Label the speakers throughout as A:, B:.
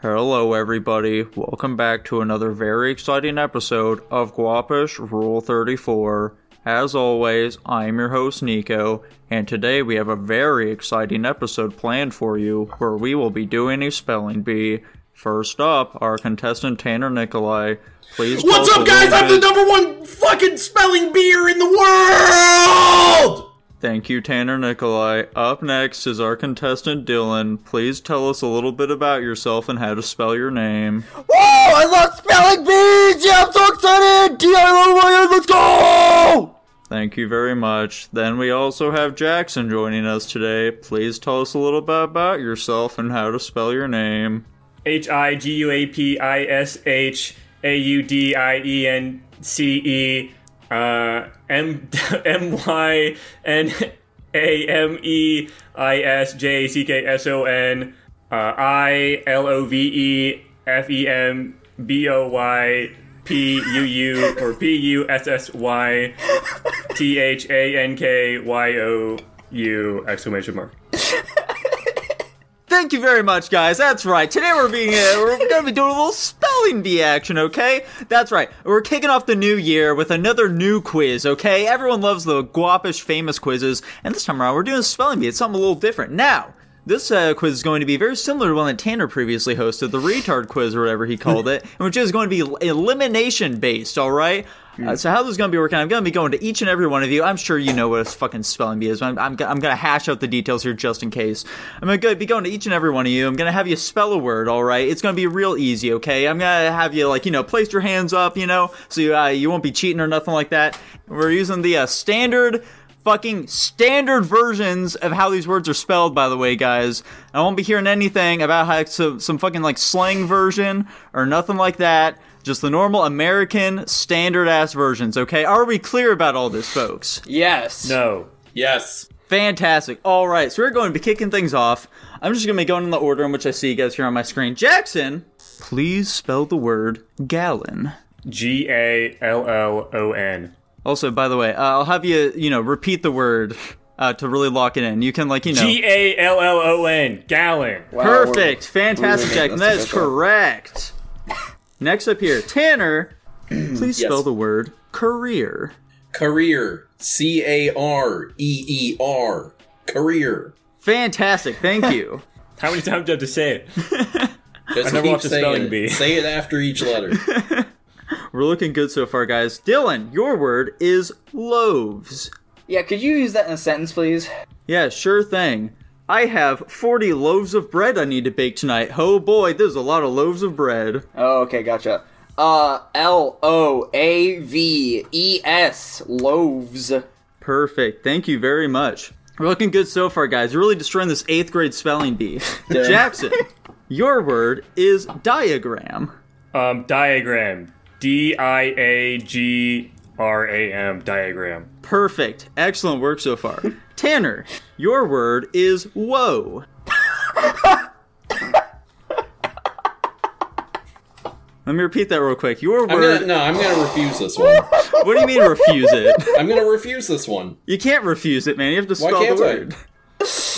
A: Hello, everybody. Welcome back to another very exciting episode of Guapish Rule 34. As always, I'm your host, Nico, and today we have a very exciting episode planned for you where we will be doing a spelling bee. First up, our contestant Tanner Nikolai. Please. tell
B: What's
A: us
B: up,
A: a little
B: guys? I'm the
A: bit-
B: number one fucking spelling beer in the world!
A: Thank you, Tanner Nikolai. Up next is our contestant Dylan. Please tell us a little bit about yourself and how to spell your name.
B: Whoa, I love spelling bees! Yeah, I'm so excited! DIY, let's go!
A: Thank you very much. Then we also have Jackson joining us today. Please tell us a little bit about yourself and how to spell your name.
C: H I G U A P I S H A U D I E N C E uh, M M Y N A M E I S J C K S O N uh, I L O V E F E M B O Y P U U or P U S S Y T H A N K Y O U exclamation mark.
A: Thank you very much, guys. That's right. Today we're being uh, we're gonna be doing a little spelling bee action, okay? That's right. We're kicking off the new year with another new quiz, okay? Everyone loves the guapish famous quizzes, and this time around we're doing a spelling bee. It's something a little different. Now, this uh, quiz is going to be very similar to one that Tanner previously hosted, the retard quiz or whatever he called it, which is going to be el- elimination based. All right. Uh, so how this is going to be working? I'm going to be going to each and every one of you. I'm sure you know what a fucking spelling bee is. but I'm, I'm, go- I'm going to hash out the details here just in case. I'm going to be going to each and every one of you. I'm going to have you spell a word. All right, it's going to be real easy. Okay, I'm going to have you like you know place your hands up. You know, so you, uh, you won't be cheating or nothing like that. We're using the uh, standard fucking standard versions of how these words are spelled, by the way, guys. I won't be hearing anything about how some, some fucking like slang version or nothing like that. Just the normal American standard ass versions, okay? Are we clear about all this, folks?
D: Yes.
C: No.
B: Yes.
A: Fantastic. All right, so we're going to be kicking things off. I'm just going to be going in the order in which I see you guys here on my screen. Jackson, please spell the word gallon.
C: G A L L O N.
A: Also, by the way, uh, I'll have you, you know, repeat the word uh, to really lock it in. You can, like, you know.
C: G A L L O N. Gallon.
D: Wow, Oh, we're-
A: Perfect. Fantastic,
D: we're-
A: Jack.
D: that's
A: That is
D: a good one.
A: correct. Next up here, Tanner. Please spell the word career.
E: Career. C A R E E R. Career.
A: Fantastic. Thank you.
C: How many times do you have to say it?
E: Just
C: I never
E: keep
C: watched a
E: saying
C: spelling
E: it.
C: bee.
E: Say it after each letter.
A: We're looking good so far, guys. Dylan, your word is loaves.
D: Yeah, could you use that in a sentence, please?
A: Yeah, sure thing. I have 40 loaves of bread I need to bake tonight. Oh boy, there's a lot of loaves of bread.
D: Oh, okay, gotcha. Uh, L O A V E S loaves.
A: Perfect. Thank you very much. We're looking good so far, guys. You're really destroying this eighth grade spelling bee. Jackson, your word is diagram.
C: Um, diagram. D I A G R A M. Diagram.
A: Perfect. Excellent work so far. Tanner, your word is woe. Let me repeat that real quick. Your
E: I'm gonna,
A: word.
E: no, I'm gonna refuse this one.
A: What do you mean refuse it?
E: I'm gonna refuse this one.
A: You can't refuse it, man. You have to
E: Why
A: spell the
E: can't I?
A: word.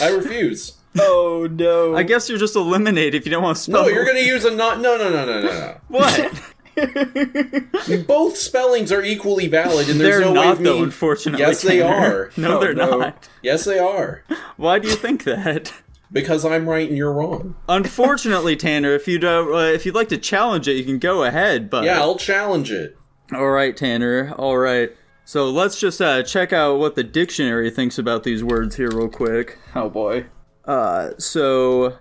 E: I refuse.
D: Oh no!
A: I? guess you're just eliminated if you don't want to spell.
E: No,
A: the
E: Oh, you're
A: word.
E: gonna use a not. No, no, no, no, no,
A: what?
E: no. Both spellings are equally valid, and there's
A: They're
E: no way
A: not
E: of
A: though,
E: me-
A: unfortunately.
E: Yes, they
A: Tanner.
E: are.
A: No,
D: Oh,
A: they're
D: no.
A: not.
E: Yes, they are.
A: Why do you think that?
E: Because I'm right and you're wrong.
A: Unfortunately, Tanner, if you'd uh, uh, if you'd like to challenge it, you can go ahead. But
E: Yeah, I'll challenge it.
A: All right, Tanner. All right. So let's just uh, check out what the dictionary thinks about these words here, real quick.
D: oh boy.
A: Uh, so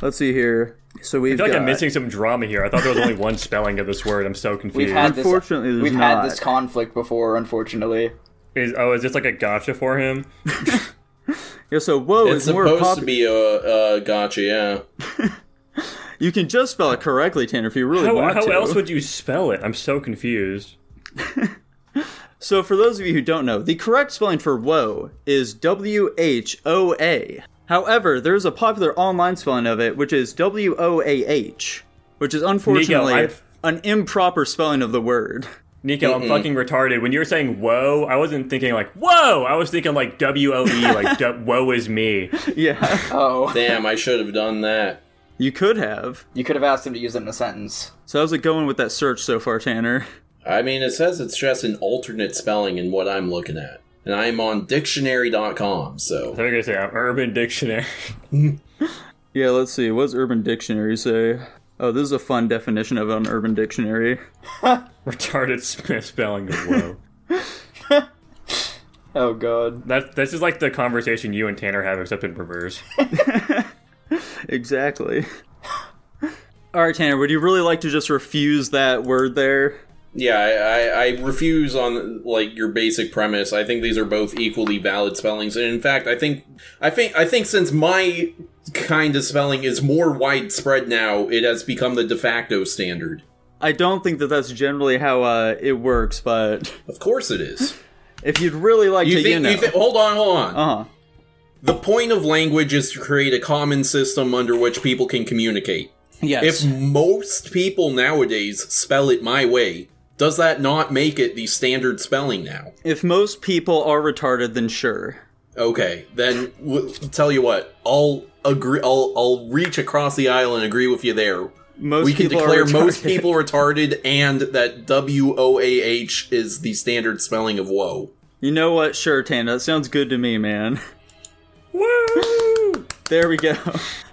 A: let's see here. So we've
C: I feel like
A: got.
C: I'm missing some drama here. I thought there was only one spelling of this word. I'm so confused.
D: We've had this.
A: Unfortunately, there's
D: we've
A: not.
D: had this conflict before. Unfortunately.
C: Is, oh, is this like a gotcha for him?
A: Yeah, so whoa
E: It's
A: is more
E: supposed to
A: popular.
E: be a, a gotcha. Yeah.
A: You can just spell it correctly, Tanner, if you really
C: How,
A: want
C: how
A: to.
C: else would you spell it? I'm so confused.
A: So for those of you who don't know, the correct spelling for woe is W H O A. However, there is a popular online spelling of it, which is W O A H, which is unfortunately
C: I've-
A: an improper spelling of the word.
C: Nico, I'm fucking retarded. When you were saying whoa, I wasn't thinking like whoa. I was thinking like W O E, like du- woe is me.
A: Yeah.
D: Oh.
E: Damn, I should have done that.
A: You could have.
D: You could have asked him to use it in a sentence.
A: So how's it going with that search so far, Tanner?
E: I mean, it says it's just an alternate spelling in what I'm looking at. And I'm on dictionary.com, so.
C: I'm gonna say I'm Urban Dictionary.
A: Yeah, let's see. What does Urban Dictionary say? Oh, this is a fun definition of an Urban Dictionary.
C: Retarded sp- spelling of woe.
D: Oh god.
C: that this is like the conversation you and Tanner have, except in reverse.
A: Exactly. All right, Tanner, would you really like to just refuse that word there?
E: Yeah, I, I, I refuse on like your basic premise. I think these are both equally valid spellings, and in fact, I think I think I think since my kind of spelling is more widespread now, it has become the de facto standard.
A: I don't think that that's generally how uh, it works, but
E: Of course, it is.
A: if you'd really like
E: You
A: to,
E: think?
A: you know.
E: you thi- hold on, hold on.
A: uh-huh.
E: The point of language is to create a common system under which people can communicate.
A: Yes.
E: If most people nowadays spell it my way, does that not make it the standard spelling now?
A: if most people are retarded, then sure.
E: Okay, then w- tell you what, I'll agree. I'll I'll reach across the aisle and agree with you there.
A: Most
E: we can
A: people are
E: declare most
A: retarded.
E: people retarded, and that W O A H is the standard spelling of woe.
A: You know what? Sure, Tanner. That sounds good to me, man.
C: Woo!
A: There we go.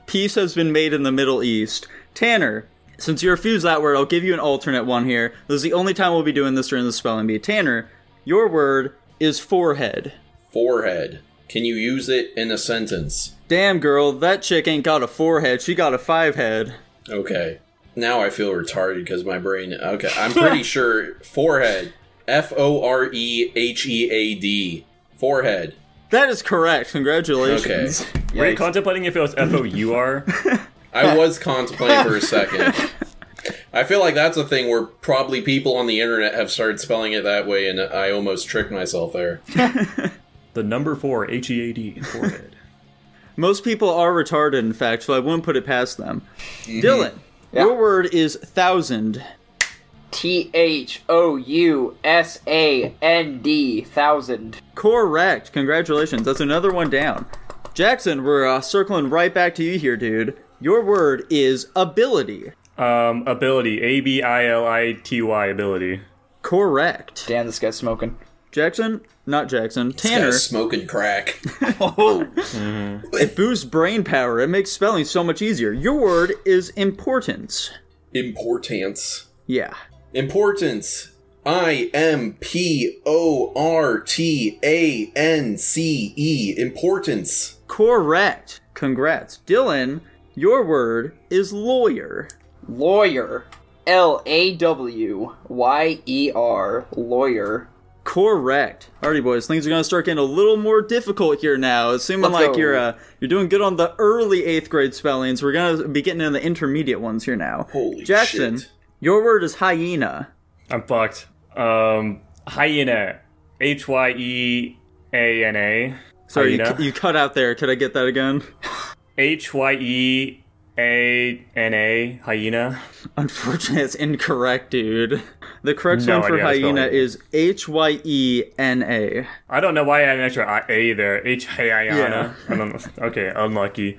A: Peace has been made in the Middle East. Tanner, since you refuse that word, I'll give you an alternate one here. This is the only time we'll be doing this during the spelling bee. Tanner, your word is forehead.
E: Forehead. Can you use it in a sentence?
A: Damn, girl, that chick ain't got a forehead. She got a five head.
E: Okay. Now I feel retarded because my brain. Okay, I'm pretty sure forehead. F O R E H E A D. Forehead.
A: That is correct. Congratulations.
E: Okay.
C: Were you contemplating if it was F O U R?
E: I was contemplating for a second. I feel like that's a thing where probably people on the internet have started spelling it that way, and I almost tricked myself there.
C: The number four H E A D forehead.
A: Most people are retarded, in fact, so I wouldn't put it past them. Dylan, your word is thousand.
D: T H O U S A N D thousand.
A: Correct. Congratulations. That's another one down. Jackson, we're uh, circling right back to you here, dude. Your word is ability.
C: Um, ability A B I L I T Y ability.
A: Correct.
D: Damn, this guy's smoking.
A: Jackson, not Jackson. Tanner, Mm-hmm.
E: Guys smoking crack.
A: it boosts brain power. It makes spelling so much easier. Your word is importance.
E: Importance.
A: Yeah.
E: Importance. I M P O R T A N C E. Importance.
A: Correct. Congrats. Dylan, your word is lawyer.
D: Lawyer. L A W Y E R. Lawyer.
A: Correct. Alrighty, boys. Things are gonna start getting a little more difficult here now. It's seeming
D: Let's
A: like
D: go.
A: you're uh, you're doing good on the early eighth grade spellings. We're gonna be getting into the intermediate ones here now.
E: Holy
A: Jackson,
E: shit.
A: your word is hyena.
C: I'm fucked. Um, hyena. H Y E A N A.
A: Sorry, you,
C: Hyena.
A: cu- you cut out there. Could I get that again?
C: H Y E A N A. Hyena.
A: Unfortunately, it's incorrect, dude. The correct
C: No
A: one for
C: idea how to spell
A: hyena
C: it.
A: is H Y E N A.
C: I don't know why I had an extra I- A there. H A I
A: Yeah.
C: N A. Okay, unlucky.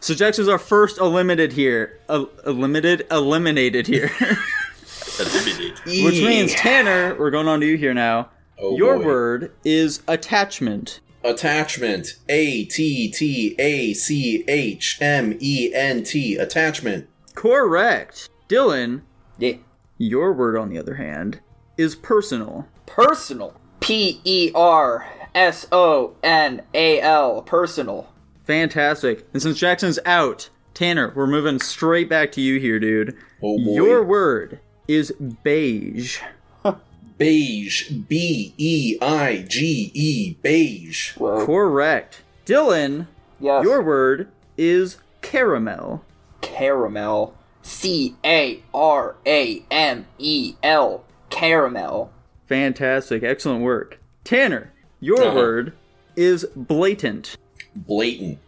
A: So Jackson's our first eliminated here. El- eliminated? Eliminated here. Which means, Tanner, we're going on to you here now.
E: Oh,
A: Your
E: boy.
A: word is attachment.
E: Attachment. A T T A C H M E N T. Attachment.
A: Correct. Dylan,
D: Yeah.
A: your word, on the other hand, is personal.
D: Personal. P E R S O N A L. Personal.
A: Fantastic. And since Jackson's out, Tanner, we're moving straight back to you here, dude.
E: Oh boy.
A: Your word is beige.
E: beige. B E I G E. Beige.
D: Whoa.
A: Correct. Dylan,
D: yes.
A: your word is caramel.
D: caramel. C A R A M E L. Caramel.
A: Fantastic. Excellent work. Tanner, your
E: Uh-huh.
A: word is blatant.
E: Blatant.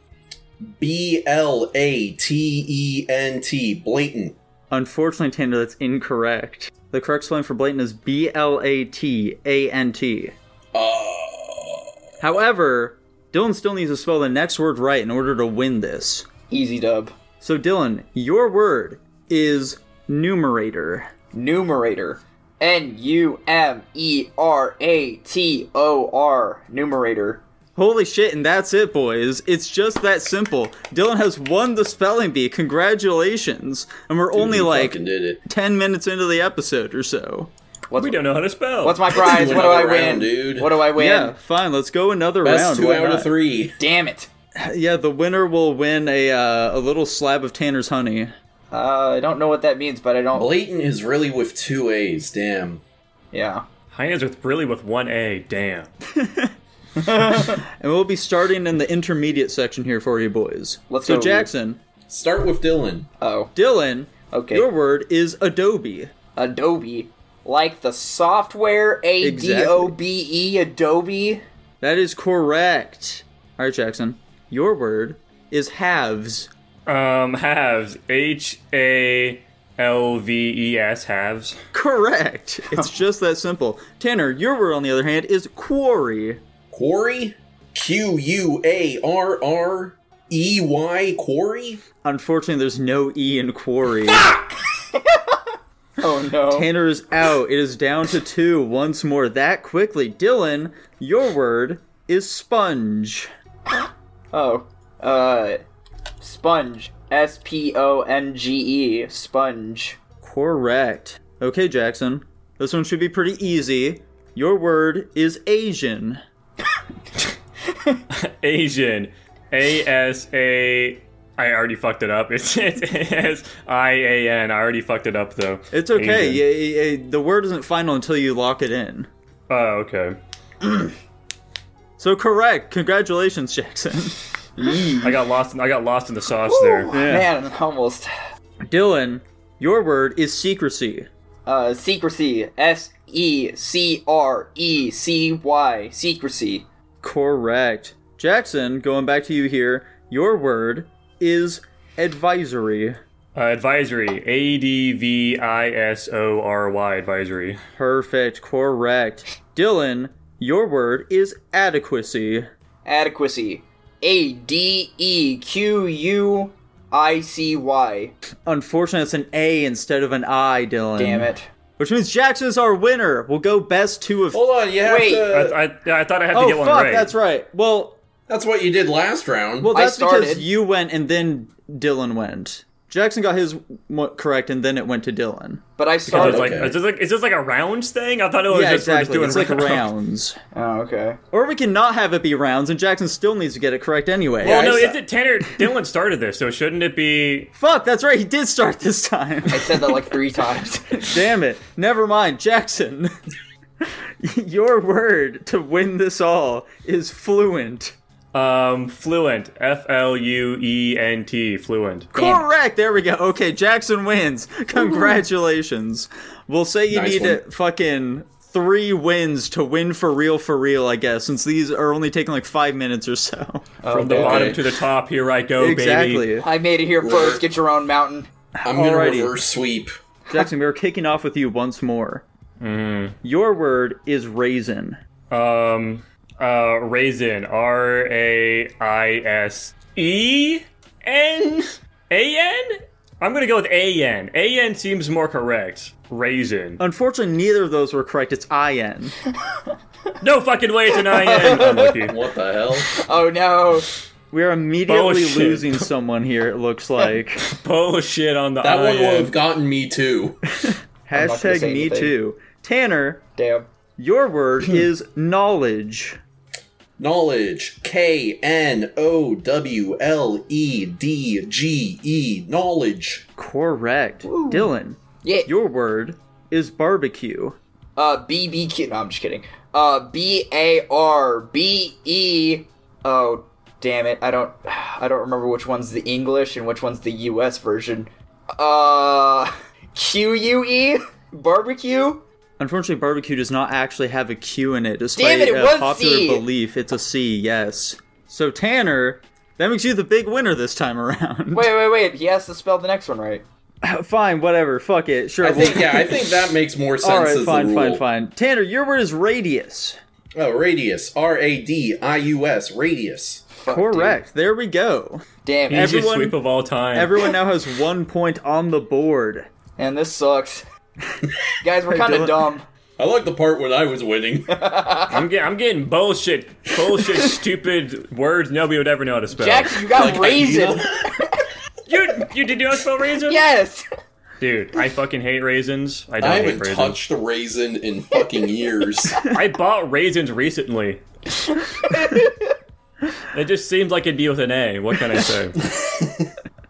E: B L A T E N T. Blatant.
A: Unfortunately, Tanner, that's incorrect. The correct spelling for blatant is B L A T A N T.
E: Oh,
A: However, Dylan still needs to spell the next word right in order to win this.
D: Easy dub.
A: So, Dylan, your word is numerator.
D: Numerator. N U M E R A T O R. Numerator.
A: Holy shit, and that's it, boys. It's just that simple. Dylan has won the spelling bee. Congratulations. And we're only
E: You
A: like
E: fucking did it.
A: 10 minutes into the episode or so.
D: What's,
C: We don't know how to spell.
D: what's my prize?
E: do
D: What do I
E: another
D: win?
E: round, dude.
D: What do I win?
A: Yeah, fine. Let's go another
E: That's
A: round.
E: two
A: Why
E: out
A: not?
E: of three.
D: Damn it.
A: Yeah, the winner will win a uh, a little slab of Tanner's honey.
D: Uh, I don't know what that means, but I don't.
E: Leighton is really with two A's. Damn.
D: Yeah.
C: Hyenas with really with one A. Damn.
A: And we'll be starting in the intermediate section here for you boys.
D: Let's
A: so
D: go.
A: Jackson,
E: Start with Dylan.
D: Oh.
A: Dylan,
D: Okay.
A: your word is Adobe.
D: Adobe. Like the software A D O B E Adobe.
A: That is correct. All right, Jackson. Your word is halves.
C: Um, halves. H A L V E S. Halves.
A: Correct. It's just that simple. Tanner, your word on the other hand is quarry.
E: Quarry? Q U A R R E Y Quarry?
A: Unfortunately, there's no E in quarry.
D: Oh no.
A: Tanner is out. It is down to two once more that quickly. Dylan, your word is sponge.
D: Oh. Uh. Sponge. S P O N G E. Sponge.
A: Correct. Okay, Jackson. This one should be pretty easy. Your word is Asian.
C: Asian. A S A. I already fucked it up. It's it's A S I A N. I already fucked it up though.
A: It's okay.
C: Asian.
A: Yeah, yeah, yeah, the word isn't final until you lock it in.
C: Oh, okay.
A: So correct. Congratulations, Jackson.
C: I got lost. In, I got lost in the sauce there.
D: Man, almost.
A: Dylan, your word is secrecy.
D: Uh, secrecy. S E C R E C Y. Secrecy.
A: Correct. Jackson, going back to you here, your word is advisory.
C: Uh, advisory. A D V I S O R Y. Advisory.
A: Perfect. Correct. Dylan, your word is adequacy.
D: Adequacy. A D E Q U I C Y.
A: Unfortunately, it's an A instead of an I, Dylan.
D: Damn
C: Um,
D: it.
A: Which means Jackson's our winner. We'll go best two of.
E: Hold on, you have
D: Wait.
C: I,
E: to.
C: I, yeah, I thought I had to
A: oh
C: get
A: fuck!
C: one right.
A: That's right. Well,
E: That's what you did last round.
A: well,
D: I
A: that's because
D: started.
A: you went and then Dylan went. Jackson got his one correct and then it went to Dylan.
D: But I
C: So
D: started.
C: it's like,
E: Okay.
C: is this like is this like a rounds thing? I thought it was
A: yeah,
C: Oh, just
A: exactly.
C: we're
A: It's
C: just
A: like
C: doing
A: rounds,
D: Oh, okay.
A: or we can not have it be rounds, and Jackson still needs to get it correct anyway.
E: Yeah.
C: Well, no,
E: I
C: it's
E: saw-
C: it Tanner Dylan started this, so shouldn't it be?
A: Fuck! That's right. He did start this time.
D: I said that like three times.
A: Damn it. Never mind, Jackson. Your word to win this all is fluent.
C: Um, fluent. F L U E N T. Fluent.
D: Damn.
A: Correct. There we go. Okay, Jackson wins. Congratulations. We'll say you
E: Nice
A: need
E: one.
A: a fucking three wins to win for real, for real. I guess since these are only taking like five minutes or so.
D: Oh,
C: From the
E: Okay.
C: bottom to the top. Here I go,
A: exactly,
C: baby.
D: I made it here first. Get your own mountain.
E: I'm going to
A: alrighty.
E: reverse sweep.
A: Jackson. We are kicking off with you once more.
E: Mm-hmm.
A: Your word is raisin.
C: Um, uh, raisin. R A I S E N A N. I'm gonna go with A N. A N seems more correct. Raisin.
E: Uh,
A: Unfortunately, neither of those were correct. It's I N.
C: No fucking way it's an I N. Unlucky.
E: What the hell?
D: Oh no.
A: We are
E: Oh,
A: immediately
C: Bullshit.
A: losing someone here, it looks like.
C: Bullshit on the
E: That
C: I
A: Oh,
E: one would
C: N.
E: have gotten me too.
D: not gonna
A: Hashtag
D: say
A: me
D: anything.
A: too. Tanner,
D: Damn.
A: your word
E: Hmm.
A: is knowledge.
E: Knowledge. K N O W L E D G E. Knowledge.
A: Correct. Dylan,
D: Yeah.
A: your word is barbecue.
D: Uh, BBQ. No, I'm just kidding. Uh, B A R B E. Oh, damn it! I don't. I don't remember which one's the English and which one's the U.S. version. Uh, Q U E barbecue.
A: Unfortunately, barbecue does not actually have a Q in it, despite
D: Damn it, it
A: uh,
D: was
A: popular
D: C.
A: belief. It's a C, yes. So, Tanner, that makes you the big winner this time around.
D: Wait, wait, wait. He has to spell the next one right.
A: fine, whatever. Fuck it. Sure.
E: I think,
A: we'll-
E: yeah, I think that makes more sense
A: All right,
E: as
A: fine,
E: the
A: fine,
E: rule.
A: fine. Tanner, your word is radius.
E: Oh, radius. R A D I U S. Radius.
D: Fuck, dude.
A: Correct. There we go.
D: Damn. it.
C: Easiest
A: Everyone-
C: sweep of all time.
A: Everyone now has one point on the board.
D: And this sucks. Guys, we're kind
A: Dylan.
D: of dumb.
E: I like the part when I was winning.
C: I'm, get, I'm getting bullshit, bullshit, stupid words nobody would ever know how to spell.
D: Jackson, you got
E: Like
D: raisin.
C: you, you did you know how to spell raisin?
D: yes.
C: Dude, I fucking hate raisins. I don't
E: I
C: hate
E: haven't
C: raisins.
E: touched a raisin in fucking years.
C: I bought raisins recently. it just seems like it'd be with an A. What can I say?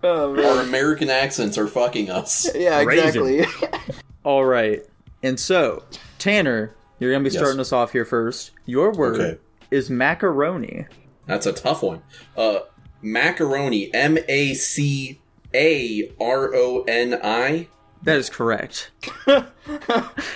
D: Oh, man.
E: Our American accents are fucking us.
D: Yeah,
C: Raisin.
D: exactly.
A: All right. And so, Tanner, you're going to be
E: Yes.
A: starting us off here first. Your word
E: Okay.
A: is macaroni.
E: That's a tough one. Uh, macaroni, M A C A R O N I.
A: That is correct.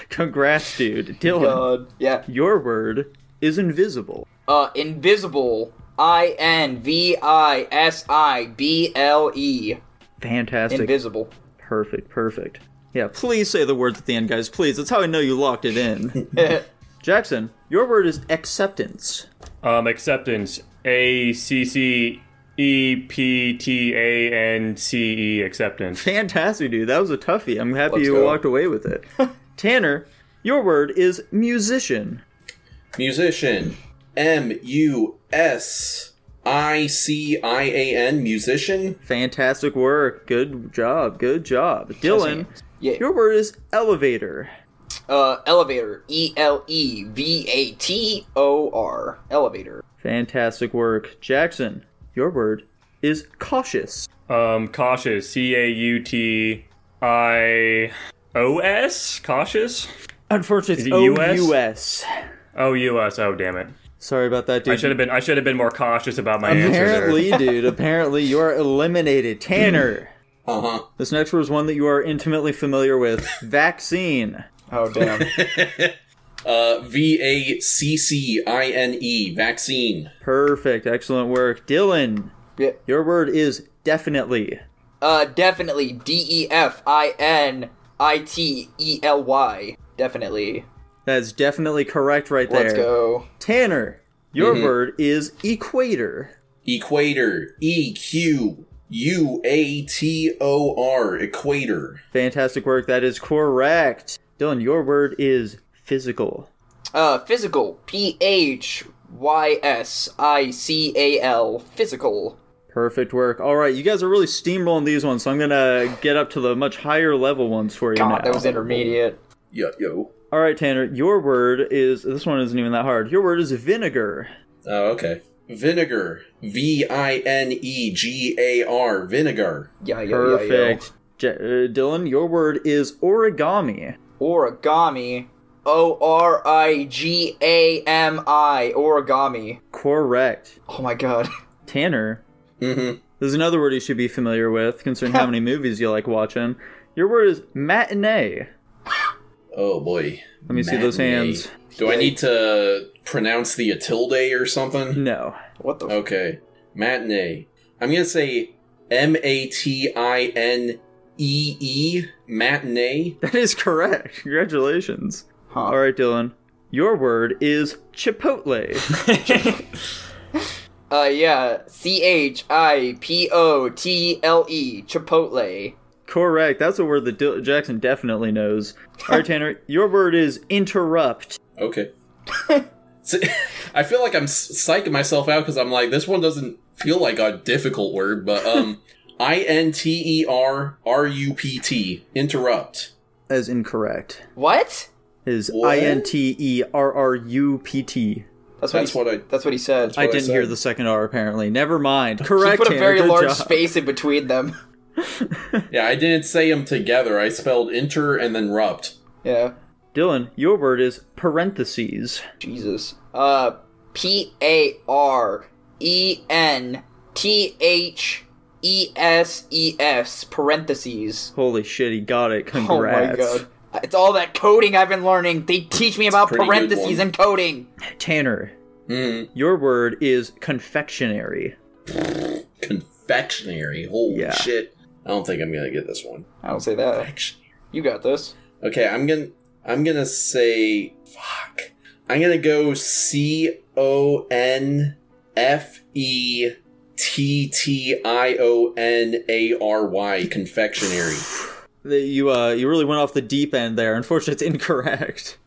A: Congrats, dude. Dylan,
D: God. Yeah.
A: your word is invisible.
D: Uh, invisible. I N V I S I B L E.
A: Fantastic.
D: Invisible.
A: perfect, perfect. Yeah, please say the words at the end, guys. Please. That's how I know you locked it in. Jackson, your word is acceptance.
C: Um, acceptance. A C C E P T A N C E acceptance.
A: Fantastic, dude. That was a toughie. I'm happy
D: Let's
A: you
D: go.
A: walked away with it. Tanner, your word is musician.
E: Musician, M U S I C I A N. Musician.
A: Fantastic work. Good job. Good job. Dylan,
D: Yeah.
A: your word is elevator.
D: Uh, elevator. E L E V A T O R. Elevator.
A: Fantastic work. Jackson, your word is cautious.
C: Um, cautious. C A U T I O S. Cautious.
A: Unfortunately,
C: Is
A: it's
C: it
A: O-U-S.
C: US? O U S. Oh damn it!
A: Sorry about that,
C: I should
A: dude.
C: have been. I should have been more cautious about my answer.
A: Apparently, dude, apparently you're eliminated. Tanner,
E: Uh huh.
A: this next word is one that you are intimately familiar with. Vaccine.
D: Oh, damn.
E: Uh, V A C C I N E. Vaccine.
A: Perfect. Excellent work. Dylan,
D: yeah.
A: your word is definitely.
D: Uh, definitely. D E F I N I T E L Y. Definitely.
A: That's definitely correct right there.
D: Let's go.
A: Tanner, your word is equator.
E: Equator. E Q U A T O R. Equator.
A: Fantastic work. That is correct. Dylan, your word is physical.
D: Uh, physical. P H Y S I C A L. Physical.
A: Perfect work. All right, you guys are really steamrolling these ones, so I'm gonna get up to the much higher level ones for you now.
D: God, that was intermediate.
E: Yo yo.
A: All right, Tanner, your word is this one isn't even that hard. Your word is vinegar.
E: Oh, okay. Vinegar. V I N E G A R. Vinegar.
D: Yeah, yeah, yeah, yeah.
A: Perfect. Ja- uh, Dylan, your word is origami.
D: Origami. O R I G A M I. Origami.
A: Correct.
D: Oh my god.
A: Tanner,
E: Mm-hmm.
A: There's another word you should be familiar with, considering how many movies you like watching. Your word is matinee.
E: Oh boy.
A: Let me see those hands.
E: Do I need to pronounce the a tilde or something?
A: No.
D: What the
E: Oh.
D: f-
E: Okay. Matinee. I'm gonna say M A T I N E E matinee.
A: That is correct. Congratulations.
D: huh.
A: All right, Dylan. Your word is chipotle.
D: Uh, yeah. C H I P O T L E. Chipotle.
A: correct. That's a word that Dil- Jackson definitely knows. All right, Tanner. Your word is interrupt.
E: Okay. So- I feel like I'm s- psyching myself out because I'm like, this one doesn't feel like a difficult word, but um, I N T E R R U P T interrupt.
A: That is incorrect.
D: What?
A: It Is
E: What?
A: I N T E R R U P T.
D: That's what,
E: That's
D: he,
E: what I.
D: that's what he said.
A: I
E: what I
A: didn't hear
E: said.
A: the second R. Apparently, never mind.
D: he
A: Correct.
D: put a
A: Tanner.
D: very
A: Good
D: large
A: job.
D: space in between them.
E: Yeah, I didn't say them together. I spelled inter and then rupt.
D: Yeah.
A: Dylan, your word is parentheses.
D: Jesus. Uh, P A R E N T H E S E S parentheses.
A: Holy shit, he got it.
D: Oh
A: Congrats.
D: my god. It's all that coding I've been learning. They teach me about
E: pretty good
D: parentheses
E: one.
D: and coding.
A: Tanner,
E: Mm,
A: your word is confectionery.
E: confectionery. Holy
A: Yeah.
E: shit! I don't think I'm gonna get this one.
D: I don't say that.
E: Confectionery.
D: You got this.
E: Okay, I'm gonna. I'm gonna say fuck. I'm gonna go C O N F E T T I O N A R Y confectionery.
A: That You uh, you really went off the deep end there. Unfortunately, it's incorrect.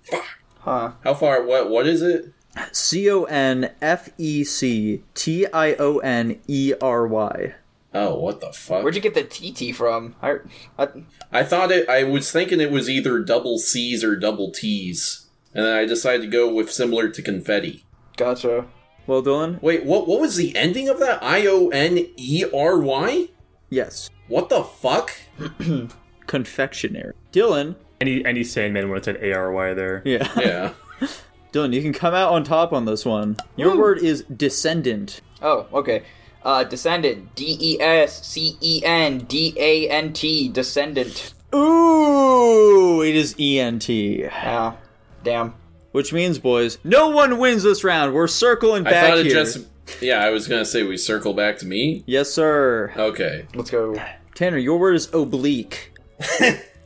D: Huh.
E: How far? What? What is it?
A: C O N F E C T I O N E R Y.
E: Oh, what the fuck?
D: Where'd you get the TT from? I, I,
E: I thought it. I was thinking it was either double C's or double T's, and then I decided to go with similar to confetti.
D: gotcha.
A: Well, Dylan.
E: Wait, what? What was the ending of that? I O N E R Y.
A: Yes.
E: What the fuck?
A: Confectionery. Dylan.
C: Any any Sandman would have said ARY there.
A: Yeah.
E: Yeah.
A: Dylan, you can come out on top on this one. Your word is descendant.
D: Oh, okay. Uh, descendant. D E S C E N D A N T. Descendant.
A: Ooh, it is E ENT.
D: Ah, damn.
A: Which means, boys, no one wins this round. We're circling
E: I
A: back
E: thought it
A: here.
E: just. Yeah, I was gonna say we circle back to me.
A: Yes, sir.
E: Okay.
D: Let's go.
A: Tanner, your word is oblique.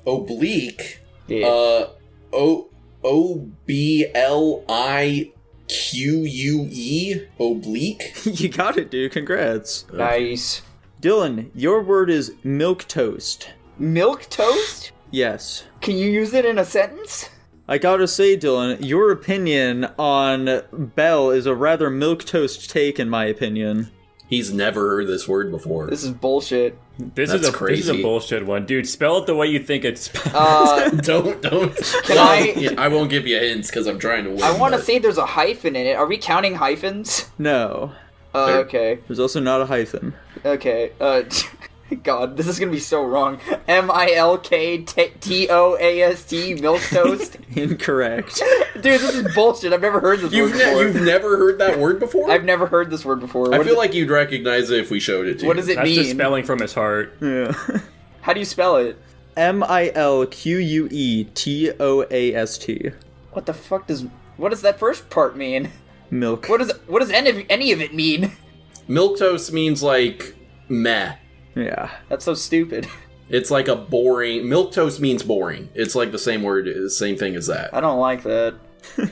E: Oblique.
D: Yeah.
E: Uh. O. O. B. L. I. Q. U. E. Oblique.
A: you got it, dude. Congrats.
D: nice.
A: Dylan, your word is milk toast.
D: Milk toast?
A: Yes.
D: Can you use it in a sentence?
A: I gotta say, Dylan, your opinion on Bell is a rather milk toast take, in my opinion.
E: He's never heard this word before.
D: This is bullshit.
E: That's
C: This is a this is
E: crazy.
C: a bullshit one, dude. Spell it the way you think it's. spelled.
D: Uh,
E: Don't don't.
D: Can I-
E: Yeah, I won't give you hints because I'm trying to win.
D: I want to
E: but-
D: say there's a hyphen in it. Are we counting hyphens?
A: No,
D: Uh,
E: There-
D: okay.
A: there's also not a hyphen.
D: Okay. Uh, God, this is gonna be so wrong. M I L K T T O A S T milk toast.
A: Incorrect.
D: Dude, this is bullshit. I've never heard this
E: You've
D: word
E: ne-
D: before.
E: you've never heard that word before.
D: I've never heard this word before. What
E: I
D: does
E: feel
D: it-
E: like you'd recognize it if we showed it to you.
D: What does it
C: That's
D: mean?
C: just spelling from his heart.
D: How do you spell it?
A: M I L Q U E T O A S T.
D: What the fuck does what does that first part mean?
A: Milk.
D: What does what does any of, any of it mean?
E: Milk toast means like meh.
A: Yeah.
D: That's so stupid.
E: It's like a boring. Milk toast means boring. It's like the same word, the same thing as that.
D: I don't like that.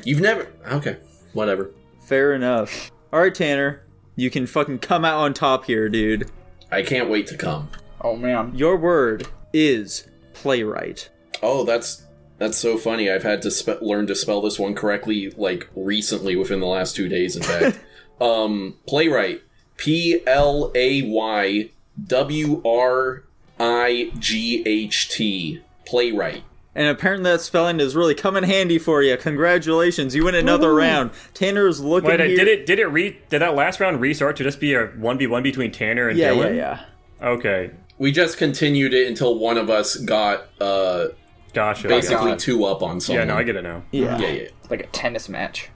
E: You've never. Okay, whatever.
A: Fair enough. All right, Tanner, you can fucking come out on top here, dude.
E: I can't wait to come.
D: Oh man.
A: Your word is playwright.
E: Oh, that's that's so funny. I've had to spe- learn to spell this one correctly like recently, within the last two days, in fact. um, playwright. P L A Y W R I G H T. Playwright.
A: And apparently that spelling is really coming handy for you. Congratulations, you win another round. Tanner is looking.
C: Wait, I
A: here-
C: did it. Did it re? Did that last round restart to just be a one v one between Tanner and
A: Yeah, yeah,
E: Oh,
C: Dylan?
A: yeah.
C: yeah. Okay,
E: We just continued it until one of us got uh
C: gotcha.
E: basically
D: God.
E: two up on
C: yeah,
E: someone.
C: no, I get it now.
A: Yeah.
E: Yeah, yeah.
D: It's like a tennis match.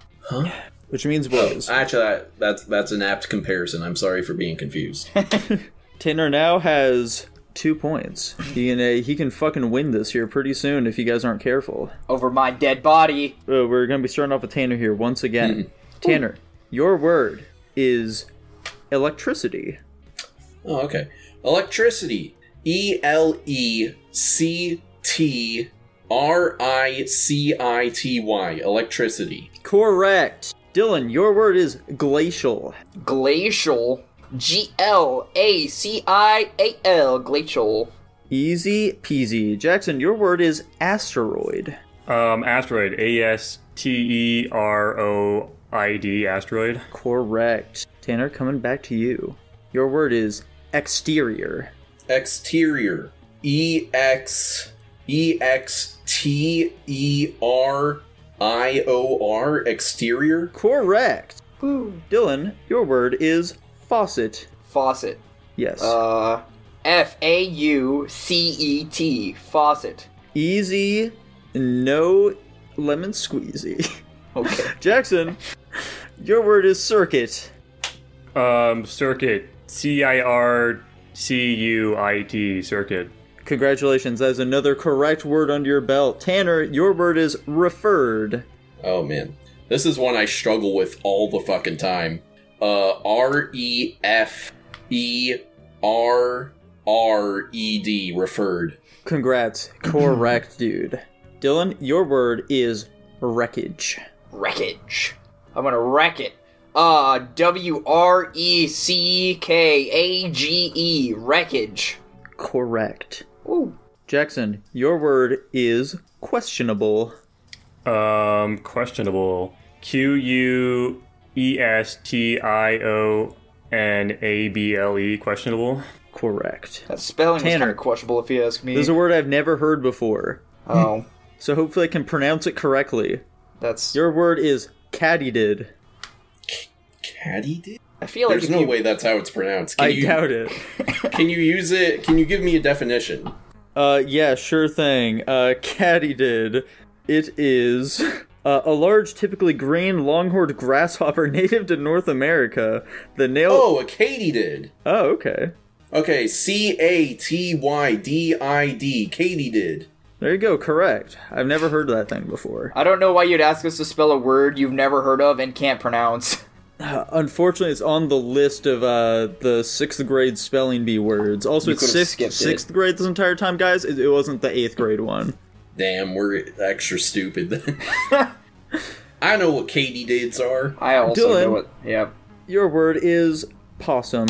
A: Which means boys.
E: Actually, that, that's that's an apt comparison. I'm sorry for being confused.
A: Tanner now has two points. He can uh, he can fucking win this here pretty soon if you guys aren't careful.
D: Over my dead body.
A: Uh, we're gonna be starting off with Tanner here once again. Tanner, your word is electricity.
E: Oh, okay. Electricity. E L E C T R I C I T Y. Electricity.
A: Correct. Dylan, your word is glacial.
D: Glacial. G L A C I A L. Glacial.
A: Easy peasy. Jackson, your word is asteroid.
C: Um, asteroid. A S T E R O I D. Asteroid.
A: Correct. Tanner, coming back to you. Your word is exterior.
E: Exterior. E X E X T E R I O R. Exterior.
A: Correct.
D: Woo.
A: Dylan, your word is faucet.
D: Faucet.
A: Yes.
D: Uh. F A U C E T. Faucet.
A: Easy, no lemon squeezy.
D: Okay.
A: Jackson, your word is circuit.
C: Um, circuit. C I R C U I T. Circuit.
A: Congratulations, that is another correct word under your belt. Tanner, your word is referred.
E: Oh man, this is one I struggle with all the fucking time. Uh, R E F E R R E D referred.
A: Congrats. Correct, dude. Dylan, your word is wreckage.
D: Wreckage. I'm gonna wreck it. Uh, W R E C K A G E, wreckage.
A: Correct.
D: Ooh.
A: Jackson, your word is questionable.
C: Um, questionable. Q U E S T I O N A B L E. Questionable.
A: Correct.
D: That spelling was
A: Tanner.
D: kind of questionable if you ask me.
A: There's a word I've never heard before,
D: oh,
A: so hopefully I can pronounce it correctly.
D: that's.
A: Your word is caddied.
E: Caddy did?
D: I feel like
E: There's
D: if
E: no
D: you,
E: way that's how it's pronounced. Can
A: I
E: you,
A: doubt it.
E: Can you use it? Can you give me a definition?
A: Uh, yeah, sure thing. Uh, Caddy did. It is uh, a large, typically green, long-horned grasshopper native to North America. The nail.
E: Oh, a Katy did.
A: Oh, okay.
E: Okay, C A T Y D I D. Katy did.
A: There you go. Correct. I've never heard that thing before.
D: I don't know why you'd ask us to spell a word you've never heard of and can't pronounce.
A: Uh, unfortunately, it's on the list of uh, the sixth grade spelling bee words. Also, it's
D: could've
A: sixth,
D: skipped it.
A: sixth grade this entire time, guys. It, it wasn't the eighth grade one.
E: Damn, we're extra stupid then. I know what Katy dids are.
D: I also
A: Dylan.
D: know it. Yeah.
A: Your word is possum.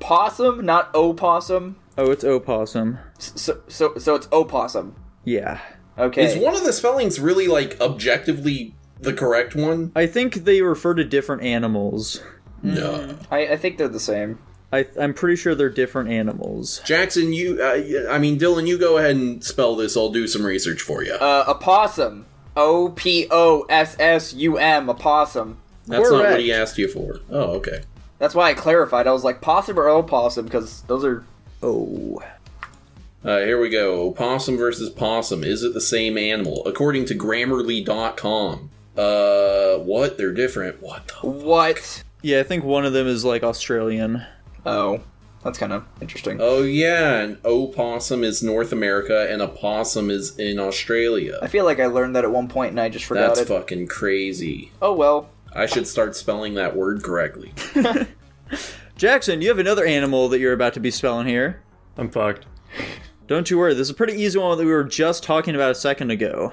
D: Possum, not opossum.
A: Oh, it's opossum.
D: So, so, so it's opossum.
A: Yeah.
D: Okay.
E: Is one of the spellings really like objectively the correct one?
A: I think they refer to different animals.
E: No.
D: I, I think they're the same.
A: I, I'm pretty sure they're different animals.
E: Jackson, you. Uh, I mean, Dylan, you go ahead and spell this. I'll do some research for you.
D: Uh, opossum. O P O S S U M. Opossum.
E: That's not what he
A: correct.
E: asked you for. Oh, okay.
D: That's why I clarified. I was like possum or opossum because those are.
A: Oh.
E: Uh, here we go. Opossum versus possum. Is it the same animal? According to Grammarly.com. Uh, what? They're different. What the?
D: What?
A: Yeah, I think one of them is like Australian.
D: Oh, that's kind of interesting.
E: Oh, yeah. An opossum is North America, and a possum is in
D: I
E: Australia.
D: feel like I learned that at one point and I just forgot
E: That's
D: it.
E: fucking crazy.
D: oh well.
E: I should start spelling that word correctly.
A: Jackson, you have another animal that you're about to be spelling here.
C: I'm fucked.
A: Don't you worry, this is a pretty easy one that we were just talking about a second ago.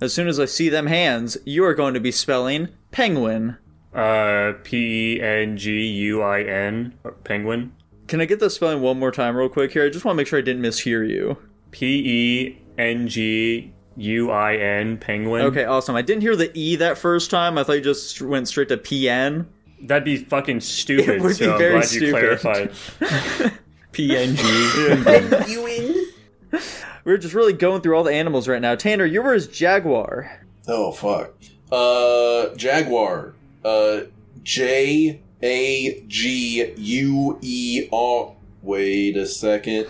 A: as soon as I see them hands, you are going to be spelling penguin.
C: Uh, P E N G U I N. Penguin.
A: Can I get the spelling one more time, real quick here? I just want to make sure I didn't mishear you.
C: P E N G U I N. Penguin.
A: Okay, awesome. I didn't hear the E that first time. I thought you just went straight to PN.
C: That'd be fucking stupid.
A: It would be
C: so I'm
A: very
C: glad
A: stupid.
C: you clarified.
A: PNG.
E: you in?
A: We're just really going through all the animals right now. Tanner, you were as jaguar.
E: Oh fuck. Uh, Jaguar. Uh, J A G U E R. Wait a second.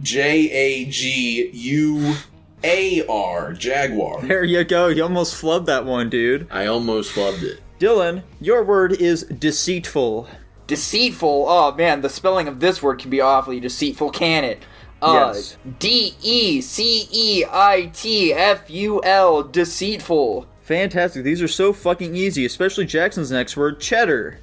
E: J A G U A R. Jaguar.
A: There you go. You almost flubbed that one, dude.
E: I almost loved it.
A: Dylan, your word is deceitful.
D: Deceitful. Oh man, the spelling of this word can be awfully deceitful, can it? Uh,
A: Yes.
D: D E C E I T F U L. Deceitful.
A: Fantastic. These are so fucking easy, especially Jackson's next word, cheddar.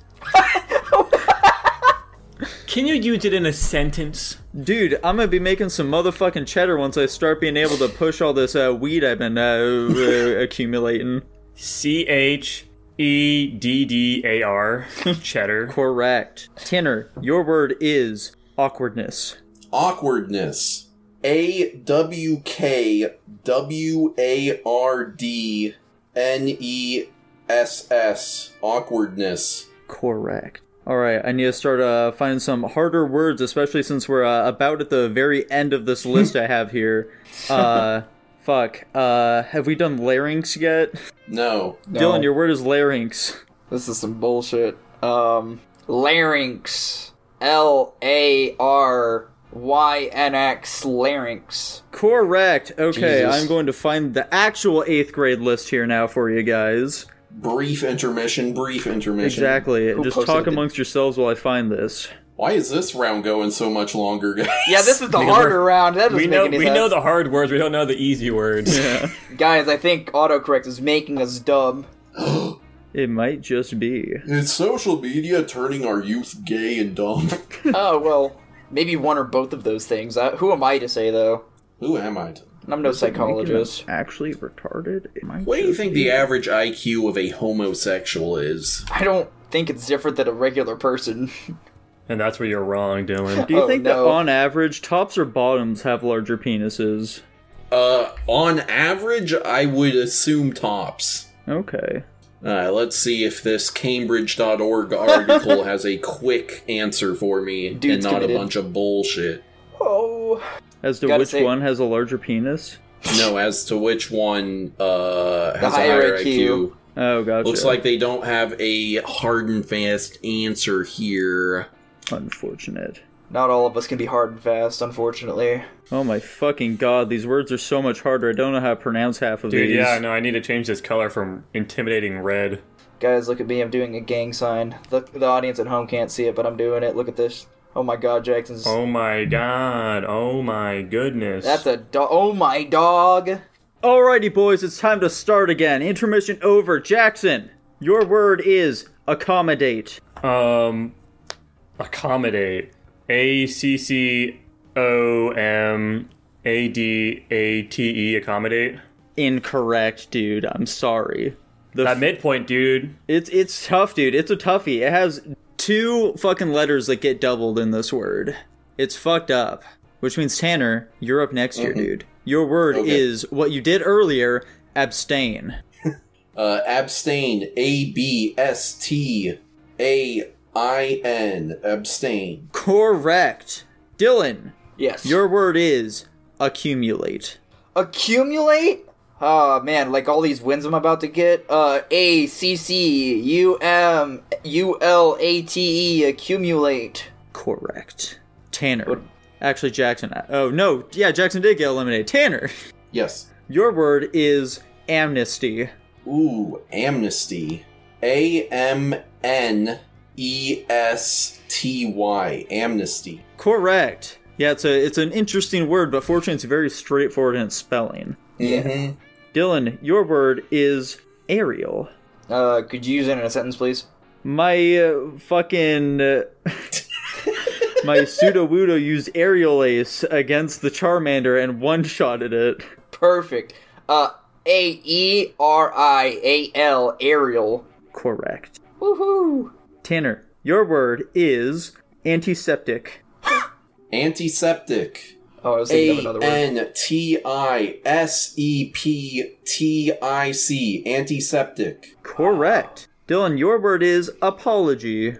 F: Can you use it in a sentence?
A: Dude, I'm gonna be making some motherfucking cheddar once I start being able to push all this uh, weed I've been uh, uh, accumulating.
C: C H E D D A R. Cheddar.
A: Correct. Tanner, your word is awkwardness.
E: Awkwardness. A W K W A R D N E S S. Awkwardness.
A: Correct. All right, I need to start uh, finding some harder words, especially since we're uh, about at the very end of this list I have here. Uh, fuck. Uh, have we done larynx yet?
E: No.
A: Dylan, your word is larynx.
D: This is some bullshit. Um, larynx. L A R Y N X. Larynx.
A: Correct. Okay,
D: Jesus.
A: I'm going to find the actual eighth grade list here now for you guys.
E: Brief intermission, brief intermission.
A: Exactly. Just
D: posted
A: talk
D: it?
A: amongst yourselves while I find this.
E: Why is this round going so much longer, guys?
D: Yeah, this is the harder round. That doesn't
F: We
D: make
F: know
D: any
F: we
D: sense.
F: know the hard words. We don't know the easy words.
D: Guys, I think autocorrect is making us dumb.
A: It might just be.
E: Is social media turning our youth gay and dumb?
D: oh well, maybe one or both of those things. Uh, who am I to say though?
E: Who am I? To?
D: And I'm no psychologist.
A: Actually retarded? Am I
E: What do you
A: just
E: think
A: being
E: the average IQ of a homosexual is?
D: I don't think it's different than a regular person.
C: And that's where you're wrong, Dylan.
A: Do you
D: Oh,
A: think
D: no.
A: that on average, tops or bottoms have larger penises?
E: Uh, on average, I would assume tops.
A: Okay.
E: Uh, let's see if this Cambridge.org article has a quick answer for me and
D: Dude's
E: not
D: committed.
E: a bunch of bullshit.
D: Oh,
A: As to
D: Gotta
A: which
D: say-
A: one has a larger penis?
E: No, as to which one uh, has a
D: higher
E: higher
D: IQ.
E: IQ.
A: Oh, gotcha.
E: Looks like they don't have a hard and fast answer here.
A: Unfortunate.
D: not all of us can be hard and fast, unfortunately.
A: Oh my fucking god, these words are so much harder. I don't know how to pronounce half of
C: Dude,
A: these.
C: yeah, no, I need to change this color from intimidating red.
D: Guys, look at me. I'm doing a gang sign. The, the audience at home can't see it, but I'm doing it. Look at this. Oh my god, Jackson's.
C: Oh my god. Oh my goodness.
D: That's a dog. Oh my dog.
A: Alrighty, boys, it's time to start again. Intermission over. Jackson, your word is accommodate.
C: um accommodate. A C C O M A D A T E accommodate.
A: Incorrect, dude. I'm sorry.
C: That midpoint, dude.
A: It's it's tough, dude. It's a toughie. It has two fucking letters that get doubled in this word. It's fucked up. Which means Tanner, you're up next year, dude. Your word
E: Okay.
A: is what you did earlier, abstain.
E: Uh, abstain. A B S T A I N. Abstain.
A: Correct. Dylan,
D: Yes.
A: your word is accumulate.
D: accumulate. Oh man, like all these wins I'm about to get. Uh, A C C U M U L A T E accumulate.
A: Correct. Tanner. Actually, Jackson. Oh, no. Yeah, Jackson did get eliminated. Tanner,
E: Yes.
A: your word is amnesty.
E: Ooh, amnesty. A M N E S T Y. Amnesty.
A: Correct. Yeah, it's a it's an interesting word, but fortunately, it's very straightforward in its spelling.
E: Yeah.
A: Dylan, your word is aerial.
D: Uh, could you use it in a sentence, please?
A: My uh, fucking uh, my pseudo wudo used aerial ace against the Charmander and one shotted it.
D: Perfect. Uh, A E R I A L Ariel.
A: Correct.
D: Woohoo!
A: Tanner, your word is antiseptic.
E: Antiseptic.
D: Oh, I was thinking
E: A
D: of another word.
E: N T I S E P T I C. Antiseptic.
A: Correct. Dylan, your word is apology.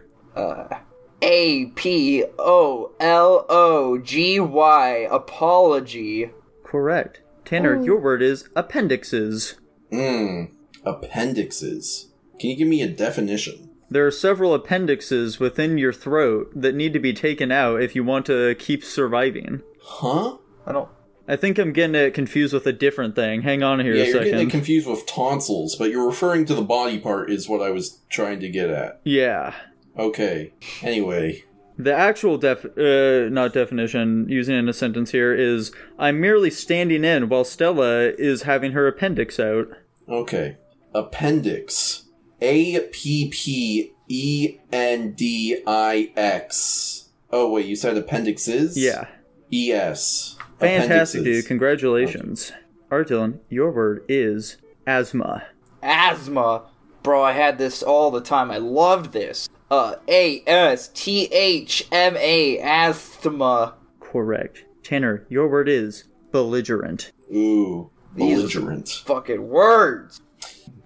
D: A P O L O G Y apology.
A: Correct. Tanner, your word is appendixes.
E: Mmm. Appendixes. Can you give me a definition?
A: There are several appendixes within your throat that need to be taken out if you want to keep surviving.
E: Huh?
D: I don't.
A: I think I'm getting it confused with a different thing. Hang on here
E: Yeah,
A: a
E: you're getting
A: second.
E: it confused with tonsils, but you're referring to the body part, is what I was trying to get at.
A: yeah.
E: Okay. Anyway.
A: The actual def uh, not definition using in a sentence here is I'm merely standing in while Stella is having her appendix out.
E: Okay. Appendix. A P P E N D I X. Oh, wait, you said appendixes?
A: Yeah.
E: E S.
A: Fantastic,
E: Appendixes.
A: dude. Congratulations. All right, Dylan, your word is asthma.
D: asthma. Bro, I had this all the time. I loved this. Uh, A S T H M A asthma.
A: Correct. Tanner, your word is belligerent.
E: Ooh. Belligerent.
D: Fucking words.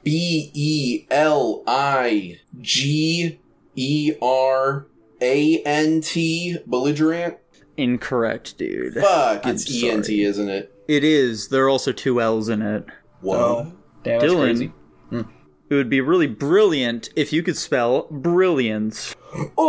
E: B E L I G E R A N T. Belligerent?
A: Incorrect, dude.
E: Fuck,
A: I'm
E: it's E N
A: sorry.
E: T, isn't it?
A: It is. There are also two L's in it.
E: Whoa.
D: Damn, that's
A: Dylan,
D: crazy. Hmm.
A: it would be really brilliant if you could spell brilliance.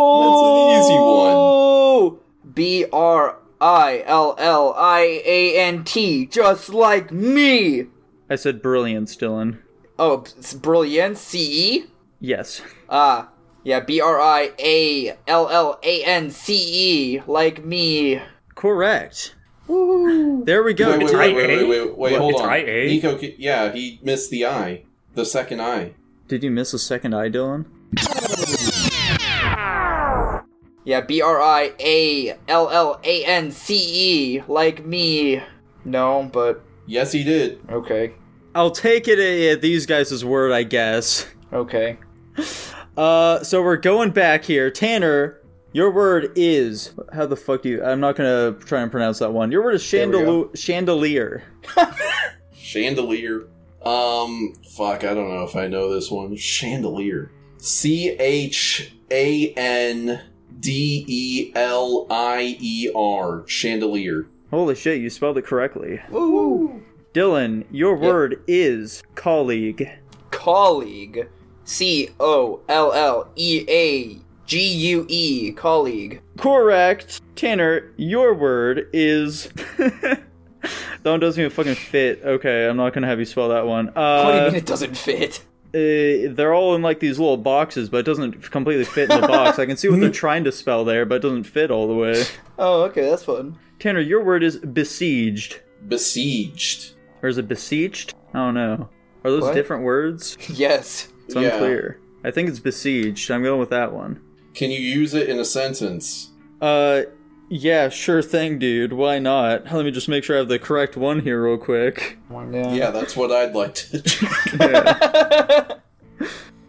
E: That's an easy one.
D: Oh, B R I L L I A N T, just like me.
A: I said brilliance, Dylan.
D: Oh, it's brilliant. C E?
A: Yes.
D: Ah, yeah, B R I A L L A N C E, like me.
A: Correct. There we go.
E: Wait,
A: Dylan.
E: wait, wait, wait,
C: IA?
E: wait, wait, wait,
C: What,
E: hold
C: it's
E: on.
C: IA?
E: Nico, ca- yeah, he missed the eye. The second eye.
A: Did you miss a second eye, Dylan?
D: Yeah, B R I A L L A N C E, like me. No, but
E: Yes, he did.
D: Okay.
A: I'll take it at these guys' word, I guess.
D: Okay.
A: Uh, so we're going back here. Tanner, your word is how the fuck do you? I'm not gonna try and pronounce that one. Your word is
D: we go.
A: chandelier. Chandelier.
E: Chandelier. Um, fuck, I don't know if I know this one. Chandelier. C H A N D E L I E R. Chandelier.
A: Holy shit, you spelled it correctly. Woo! Dylan, your word is colleague.
D: Colleague. C O L L E A G U E. Colleague.
A: Correct. Tanner, your word is. that one doesn't even fucking fit. Okay, I'm not gonna have you spell that one. Uh,
D: What do you mean it doesn't fit?
A: uh, they're all in like these little boxes, but it doesn't completely fit in the box. I can see what they're trying to spell there, but it doesn't fit all the way.
D: Oh, okay, that's fun.
A: Tanner, your word is besieged.
E: Besieged.
A: Or is it besieged? I don't know. Are those
D: What?
A: different words?
D: Yes.
A: It's
E: Yeah.
A: unclear. I think it's besieged. I'm going with that one.
E: Can you use it in a sentence?
A: Uh, yeah, sure thing, dude. Why not? Let me just make sure I have the correct one here, real quick.
E: Yeah, that's what I'd like to.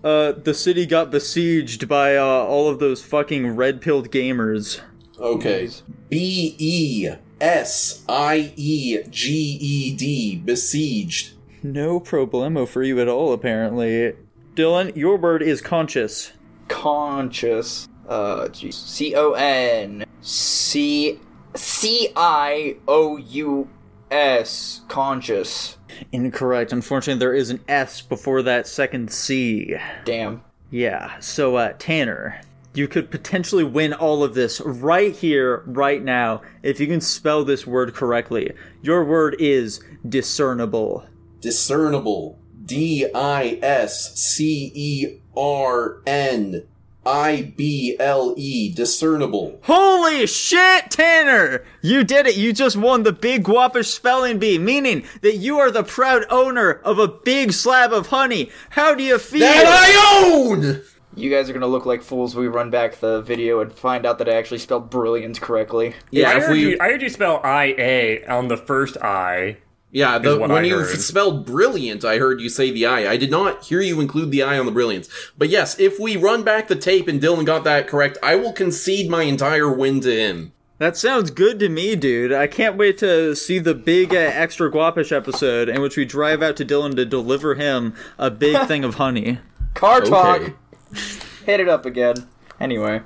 A: Uh, the city got besieged by uh, all of those fucking red pilled gamers.
E: okay. B E S I E G E D. Besieged.
A: No problemo for you at all, apparently. Dylan, your word is conscious.
D: Conscious. Uh, jeez. C O N C C I O U S. Conscious.
A: Incorrect. Unfortunately, there is an S before that second C.
D: Damn.
A: Yeah, so, uh, Tanner, you could potentially win all of this right here, right now, if you can spell this word correctly. Your word is discernible.
E: discernible. D I S C E R N I B L E. Discernible.
G: Holy shit, Tanner! You did it! You just won the Big Whoppish Spelling Bee, meaning that you are the proud owner of a big slab of honey. How do you feel?
E: That I own.
D: You guys are gonna look like fools when we run back the video and find out that I actually spelled brilliant correctly.
C: I
E: Yeah, if
C: heard,
E: we
C: you, I heard you spell I A on the first I.
E: yeah the,
C: is what
E: when
C: I
E: you
C: heard.
E: spelled brilliant, I heard you say the I. I did not hear you include the I on the brilliance. But yes, if we run back the tape and Dylan got that correct, I will concede my entire win to him.
A: That sounds good to me, dude. I can't wait to see the big uh, extra guapish episode in which we drive out to Dylan to deliver him a big thing of honey.
D: Car talk.
E: Okay.
D: Hit it up again. Anyway.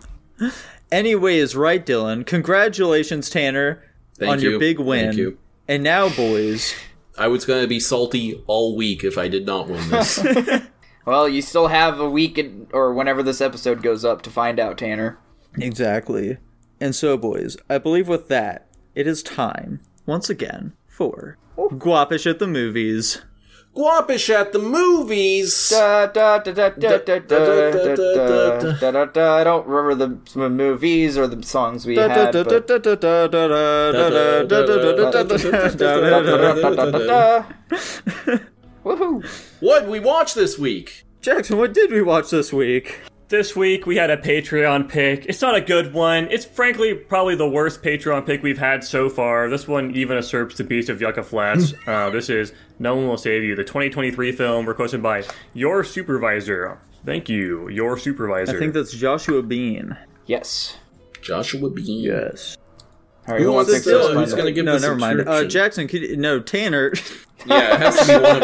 A: Anyway, is right, Dylan. Congratulations, Tanner,
E: Thank
A: on
E: you.
A: your big win.
E: Thank you.
A: And now, boys,
E: I was going to be salty all week if I did not win this.
D: Well, you still have a week in, or whenever this episode goes up to find out, Tanner.
A: Exactly. And so, boys, I believe with that, it is time, once again, for Guapish at the Movies.
E: Guapish at the movies.
D: Da, da, da, da, da, da, da, da, da, da, da, da. I don't remember the m- movies or the songs we had. but- Da, da, da. Woohoo!
E: What we watch this week?
A: Jackson, what did we watch this week?
C: This week we had a Patreon pick. It's not a good one. It's frankly probably the worst Patreon pick we've had so far. This one even usurps the beast of Yucca Flats. uh, this is No One Will Save You, the 2023 film requested by your supervisor. Thank you, your supervisor.
A: I think that's Joshua Bean.
D: Yes.
E: Joshua Bean.
A: Yes.
D: All right, who wants
E: wants
D: to
E: to
D: explain
E: fill? Who's
D: it?
E: gonna give
A: no,
E: the
A: never mind. Uh,
E: subscription?
A: Jackson, could you, no Tanner.
E: Yeah, it has to be one of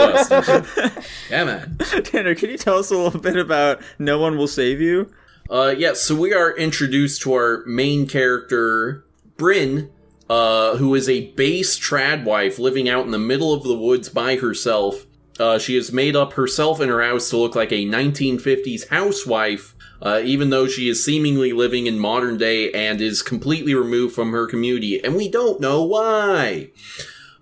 E: us. yeah, man.
A: Tanner, can you tell us a little bit about No One Will Save You?
E: Uh, yeah, so we are introduced to our main character, Bryn, uh, who is a base trad wife living out in the middle of the woods by herself. Uh, she has made up herself and her house to look like a 1950s housewife, uh, even though she is seemingly living in modern day and is completely removed from her community, and we don't know why.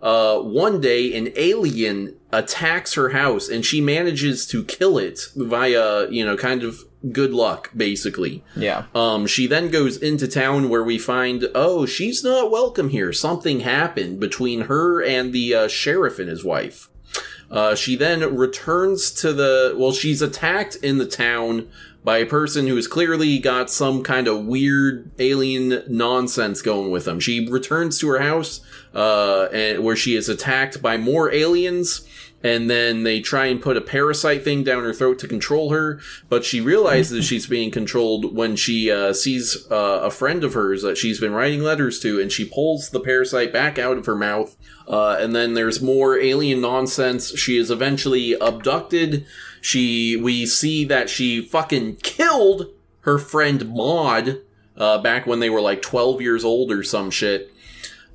E: Uh, one day, an alien attacks her house, and she manages to kill it via, you know, kind of good luck, basically.
D: Yeah.
E: Um, she then goes into town where we find, oh, she's not welcome here. Something happened between her and the uh, sheriff and his wife. Uh, she then returns to the, well, she's attacked in the town by a person who has clearly got some kind of weird alien nonsense going with them. She returns to her house, uh, and where she is attacked by more aliens. And then they try and put a parasite thing down her throat to control her, but she realizes she's being controlled when she uh, sees uh, a friend of hers that she's been writing letters to, and she pulls the parasite back out of her mouth. Uh, and then there's more alien nonsense. She is eventually abducted. She we see that she fucking killed her friend Maud uh, back when they were like 12 years old or some shit.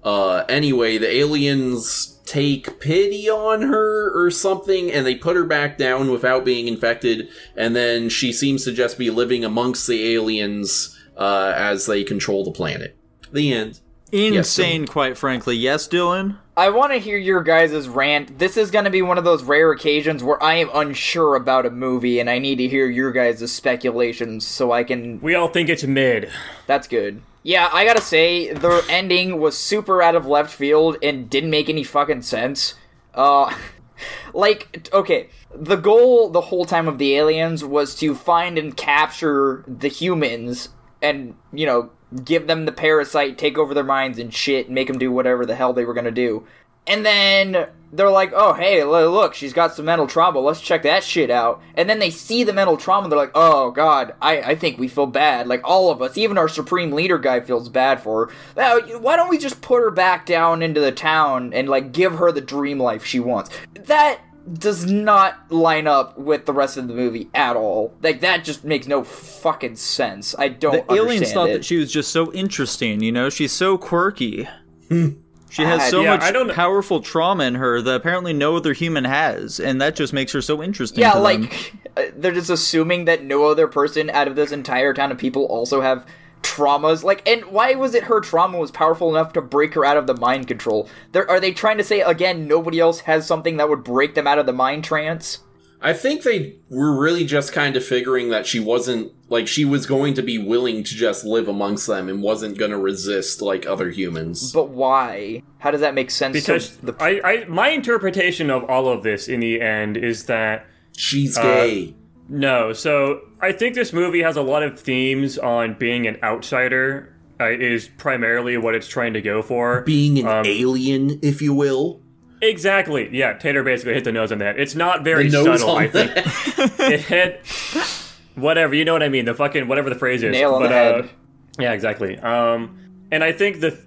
E: Uh, anyway, the aliens take pity on her or something, and they put her back down without being infected, and then she seems to just be living amongst the aliens uh, as they control the planet. The end.
A: Insane, quite frankly. Yes, Dylan?
D: I want to hear your guys' rant. This is going to be one of those rare occasions where I am unsure about a movie and I need to hear your guys' speculations so I can.
C: We all think it's mid.
D: That's good. Yeah, I gotta say, the ending was super out of left field and didn't make any fucking sense. Uh. Like, t- okay, the goal the whole time of the aliens was to find and capture the humans and, you know, give them the parasite, take over their minds and shit, and make them do whatever the hell they were gonna do. And then they're like, oh, hey, lo- look, she's got some mental trauma. Let's check that shit out. And then they see the mental trauma. They're like, oh, God, I, I think we feel bad. Like, all of us, even our supreme leader guy feels bad for her. Now, why don't we just put her back down into the town and, like, give her the dream life she wants? That does not line up with the rest of the movie at all. Like, that just makes no fucking sense. Oh, I don't
A: The aliens
D: understand
A: thought
D: it.
A: that she was just so interesting, you know? She's so quirky. she
D: Ah,
A: has so
D: yeah,
A: much
C: I don't-
A: powerful trauma in her that apparently no other human has, and that just makes her so interesting.
D: Yeah,
A: to them.
D: like uh, they're just assuming that no other person out of this entire town of people also have traumas. Like, and why was it her trauma was powerful enough to break her out of the mind control? There are they trying to say again nobody else has something that would break them out of the mind trance?
E: I think they were really just kind of figuring that she wasn't like she was going to be willing to just live amongst them and wasn't going to resist like other humans.
D: But why? How does that make sense? to
C: Because
D: the,
C: I, I, my interpretation of all of this in the end is that Uh,
E: She's gay.
C: No, so I think this movie has a lot of themes on being an outsider. Uh, is primarily what it's trying to go for.
E: being an
C: um,
E: alien, if you will.
C: exactly. Yeah, Tater basically hit the nose on that. It's not very
E: The nose
C: subtle.
E: on
C: I think
E: that.
C: it hit whatever you know what I mean. The fucking whatever the phrase is.
D: Nail on
C: but,
D: the
C: uh,
D: head.
C: yeah, exactly. Um, and I think the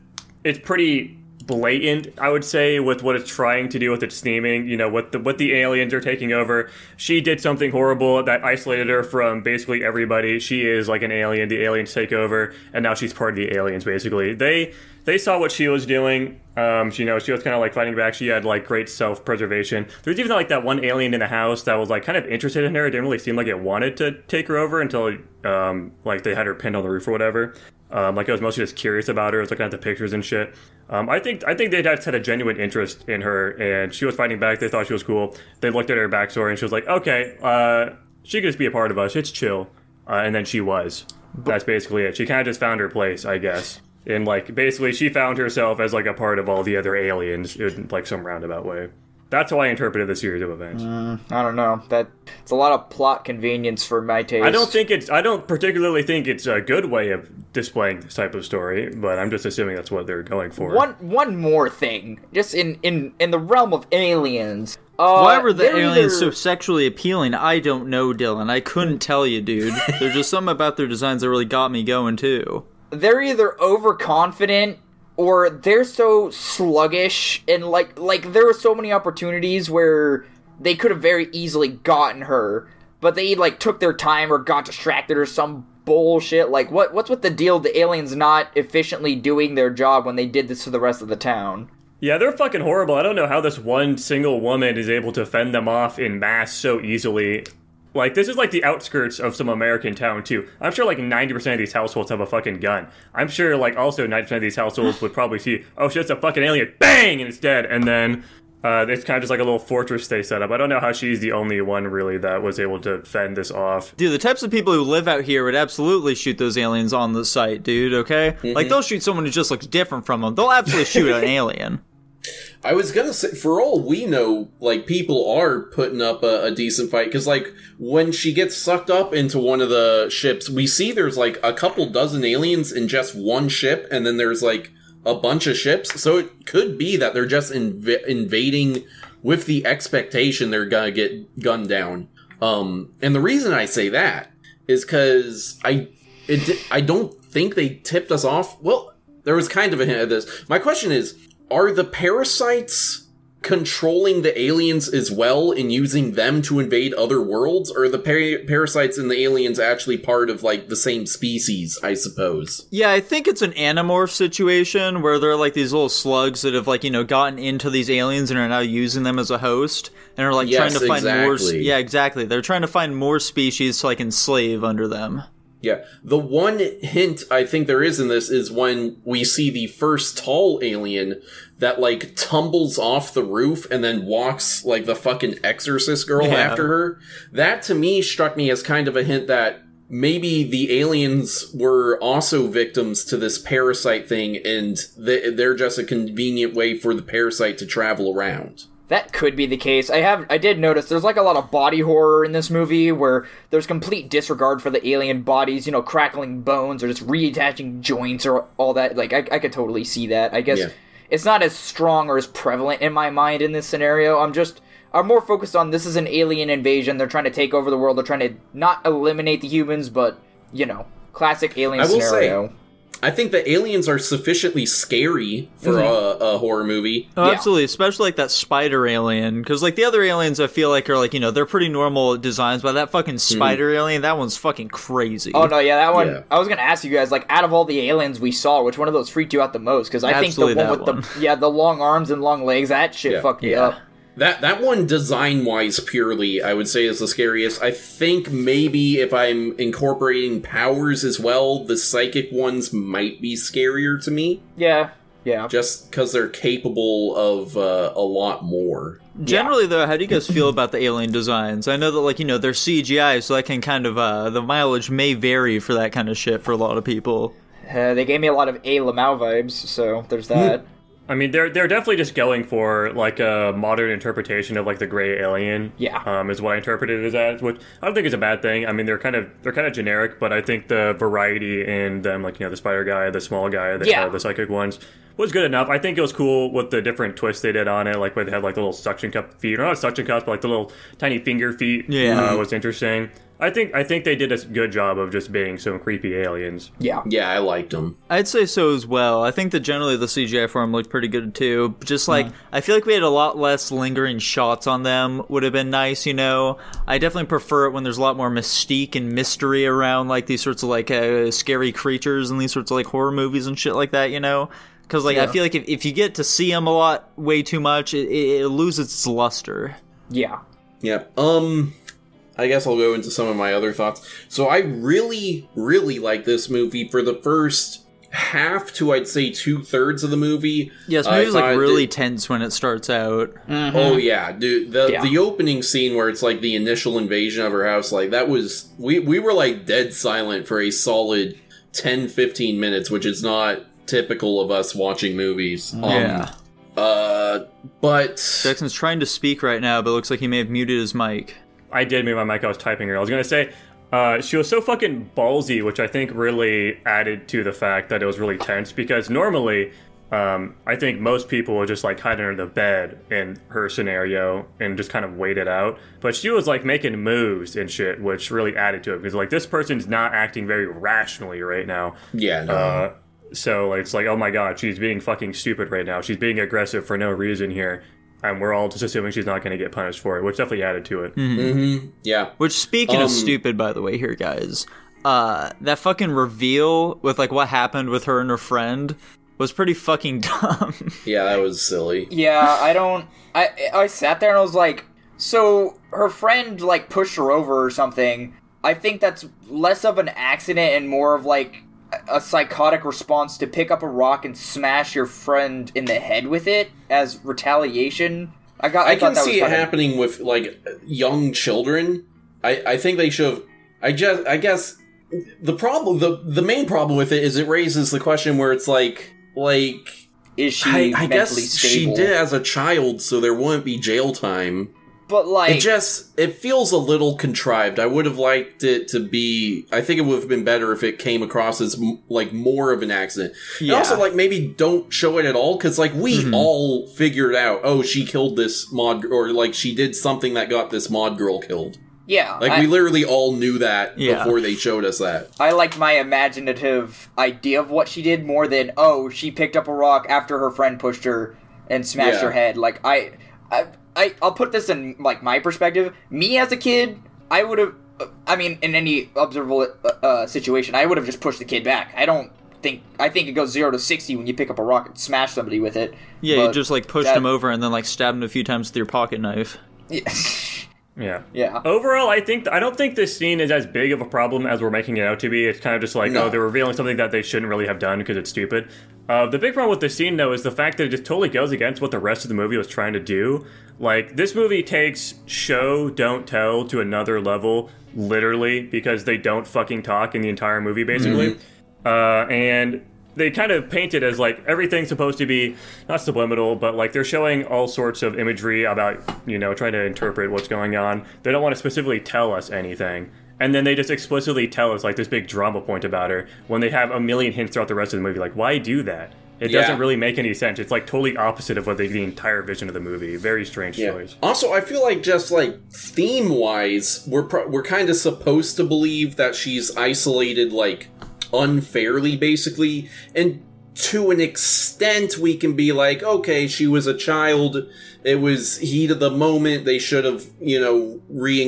C: it's pretty blatant. I would say with what it's trying to do with its theming. You know, what the what the aliens are taking over. She did something horrible that isolated her from basically everybody. She is like an alien. The aliens take over, and now she's part of the aliens. Basically, they they saw what she was doing. Um, she, you know, she was kind of like fighting back. She had like great self preservation. There was even like that one alien in the house that was like kind of interested in her. It didn't really seem like it wanted to take her over until um, like they had her pinned on the roof or whatever. Um, like I was mostly just curious about her. I was looking at the pictures and shit. Um, I think I think they just had a genuine interest in her, and she was fighting back. They thought she was cool. They looked at her backstory, and she was like, "Okay, uh, she could just be a part of us. It's chill." Uh, and then she was. That's basically it. She kind of just found her place, I guess. And like basically, she found herself as like a part of all the other aliens in like some roundabout way. That's how I interpreted the series of events.
D: I don't know. That it's a lot of plot convenience for my taste.
C: I don't think it's. I don't particularly think it's a good way of displaying this type of story, but I'm just assuming that's what they're going for.
D: one one more thing. Just in in in the realm of aliens. Uh,
A: Why were the
D: they're
A: aliens so
D: either-
A: sexually appealing? I don't know, Dylan. I couldn't
D: Hmm.
A: tell you, dude. There's just something about their designs that really got me going too.
D: they're either overconfident or they're so sluggish and like like there were so many opportunities where they could have very easily gotten her but they like took their time or got distracted or some bullshit like what what's with the deal the aliens not efficiently doing their job when they did this to the rest of the town
C: Yeah, they're fucking horrible. I don't know how this one single woman is able to fend them off in mass so easily. Like, this is like the outskirts of some American town, too. I'm sure like 90% of these households have a fucking gun. I'm sure like also 90% of these households would probably see, oh shit, it's a fucking alien, bang, and it's dead. And then uh, it's kind of just like a little fortress they set up. I don't know how she's the only one really that was able to fend this off.
A: Dude, the types of people who live out here would absolutely shoot those aliens
D: Mm-hmm.
A: on the site, dude, okay? Like, they'll shoot someone who just looks different from them. They'll absolutely shoot an alien.
E: I was gonna say, for all we know, like people are putting up a, a decent fight because, like, when she gets sucked up into one of the ships, we see there's like a couple dozen aliens in just one ship, and then there's like a bunch of ships. So it could be that they're just inv- invading with the expectation they're gonna get gunned down. Um, and the reason I say that is because I, it, di- I don't think they tipped us off. Well, there was kind of a hint at this. My question is, are the parasites controlling the aliens as well and using them to invade other worlds or are the par- parasites and the aliens actually part of like the same species i suppose
A: Yeah, I think it's an animorph situation where they're like these little slugs that have like, you know, gotten into these aliens and are now using them as a host and are like trying
E: Yes,
A: to find more s-
E: exactly.
A: Yeah, exactly. They're trying to find more species to like enslave under them.
E: Yeah. The one hint I think there is in this is when we see the first tall alien that like tumbles off the roof and then walks like the fucking exorcist girl
A: Yeah.
E: after her. That to me struck me as kind of a hint that maybe the aliens were also victims to this parasite thing and they- they're just a convenient way for the parasite to travel around.
D: That could be the case. I have I did notice there's like a lot of body horror in this movie where there's complete disregard for the alien bodies, you know, crackling bones or just reattaching joints or all that. Like I, I could totally see that. I guess
E: Yeah.
D: it's not as strong or as prevalent in my mind in this scenario. I'm just I'm more focused on this is an alien invasion. They're trying to take over the world. They're trying to not eliminate the humans, but you know, classic alien
E: I will
D: scenario.
E: say, I think the aliens are sufficiently scary for a, a horror movie.
A: Oh,
D: Yeah.
A: absolutely, especially like that spider alien, because like the other aliens, I feel like are like you know they're pretty normal designs, but that fucking spider alien, that one's fucking crazy.
D: Hmm. Oh no, yeah, that one.
E: Yeah.
D: I was gonna ask you guys, like, out of all the aliens we saw, which one of those freaked you out the most? Because I
A: Absolutely
D: think the one
A: that
D: with the yeah, the long arms and long legs, that shit
E: Yeah.
D: fucked me
A: Yeah.
D: up.
E: That that one design wise purely, I would say is the scariest. I think maybe if I'm incorporating powers as well, the psychic ones might be scarier to me,
D: Yeah, yeah.
E: just because they're capable of uh, a lot more.
A: Generally though, how do you guys feel about the alien designs? I know that like you know they're CGI, so that can kind of uh the mileage may vary for that kind of shit for a lot of people.
D: Uh, they gave me a lot of A Lamau vibes, so there's that.
C: I mean, they're they're definitely just going for like a modern interpretation of like the gray alien.
D: Yeah.
C: um, is what I interpreted it as that, which I don't think is a bad thing. I mean, they're kind of they're kind of generic, but I think the variety in them, like you know, the spider guy, the small guy, the
D: Yeah.
C: uh, the psychic ones, was good enough. I think it was cool with the different twists they did on it, like where they had like the little suction cup feet, or not suction cups, but like the little tiny finger feet.
A: Yeah.
C: uh, was interesting. I think I think they did a good job of just being some creepy aliens.
D: Yeah,
E: Yeah, I liked them.
A: I'd say so as well. I think that generally the CGI for them looked pretty good too. Just like I feel like we had a lot less lingering shots on them would have been nice, you know. I definitely prefer it when there's a lot more mystique and mystery around like these sorts of like uh, scary creatures and these sorts of like horror movies and shit like that, you know. Because like I feel like if, if you get to see them a lot way too much, it, it, it loses its luster.
D: yeah.
E: Yeah. Um I guess I'll go into some of my other thoughts. So I really, really like this movie for the first half to I'd say two thirds of the movie.
A: Yes,
E: I
A: movie's
E: thought
A: like
E: it
A: really
E: did-
A: tense when it starts out.
E: Oh yeah, dude. The
D: Yeah.
E: the opening scene where it's like the initial invasion of her house, like that was we we were like dead silent for a solid 10 15 minutes, which is not typical of us watching movies. Um,
A: Yeah.
E: Uh but
A: Jackson's trying to speak right now, but looks like he may have muted his mic.
C: I did move my mic. I was typing her. I was gonna say uh, she was so fucking ballsy, which I think really added to the fact that it was really tense. Because normally, um, I think most people would just like hide under the bed in her scenario and just kind of wait it out. But she was like making moves and shit, which really added to it. Because like this person's not acting very rationally right now.
E: yeah, no.
C: Uh, so like, it's like, oh my god, she's being fucking stupid right now. She's being aggressive for no reason here. And we're all just assuming she's not going to get punished for it, which definitely added to it.
E: Mm-hmm. yeah.
A: Which, speaking
E: Um,
A: of stupid, by the way, here, guys, uh, that fucking reveal with like what happened with her and her friend was pretty fucking dumb.
E: Yeah, that was silly.
D: Yeah, I don't. I I sat there and I was like, so her friend like pushed her over or something. I think that's less of an accident and more of like a a psychotic response to pick up a rock and smash your friend in the head with it as retaliation. I got. I,
E: I
D: thought
E: can
D: that
E: see it
D: was kinda-
E: happening with like young children. I, I think they should have. I just I guess the problem the the main problem with it is it raises the question where it's like like
D: Is she
E: I, I
D: mentally
E: guess she
D: stable?
E: did as a child, so there wouldn't be jail time.
D: But like,
E: It just it feels a little contrived. I would have liked it to be. I think it would have been better if it came across as m- like more of an accident. And also, like maybe don't show it at all because like we
D: Mm-hmm.
E: all figured out. Oh, she killed this mod, or like she did something that got this mod girl killed.
D: yeah,
E: Like
D: I,
E: we literally all knew that
A: Yeah.
E: before they showed us that.
D: I like my imaginative idea of what she did more than oh, she picked up a rock after her friend pushed her and smashed
E: Yeah.
D: her head. Like I, I, I, I'll put this in like my perspective. Me as a kid, I would have. I mean, in any observable uh, uh, situation, I would have just pushed the kid back. I don't think. I think it goes zero to sixty when you pick up a rock and smash somebody with it.
A: Yeah, you
D: But
A: just like pushed
D: that-
A: him over and then like stabbed him a few times with your pocket knife.
C: Yeah.
D: yeah.
C: Overall, I think I don't think this scene is as big of a problem as we're making it out to be. It's kind of just like,
E: No.
C: oh, they're revealing something that they shouldn't really have done because it's stupid. Uh, the big problem with this scene, though, is the fact that it just totally goes against what the rest of the movie was trying to do. Like, this movie takes show, don't tell to another level, literally, because they don't fucking talk in the entire movie, basically. Uh, and they kind of paint it as like everything's supposed to be not subliminal, but like they're showing all sorts of imagery about you know trying to interpret what's going on. They don't want to specifically tell us anything, and then they just explicitly tell us like this big drama point about her when they have a million hints throughout the rest of the movie. Like, why do that? It
E: Yeah.
C: doesn't really make any sense. It's like totally opposite of what they, the entire vision of the movie. Very strange choice.
E: Also, I feel like just like theme wise, we're pro- we're kind of supposed to believe that she's isolated like unfairly, basically, and to an extent, we can be like, okay, she was a child. It was heat of the moment. They should have, you know,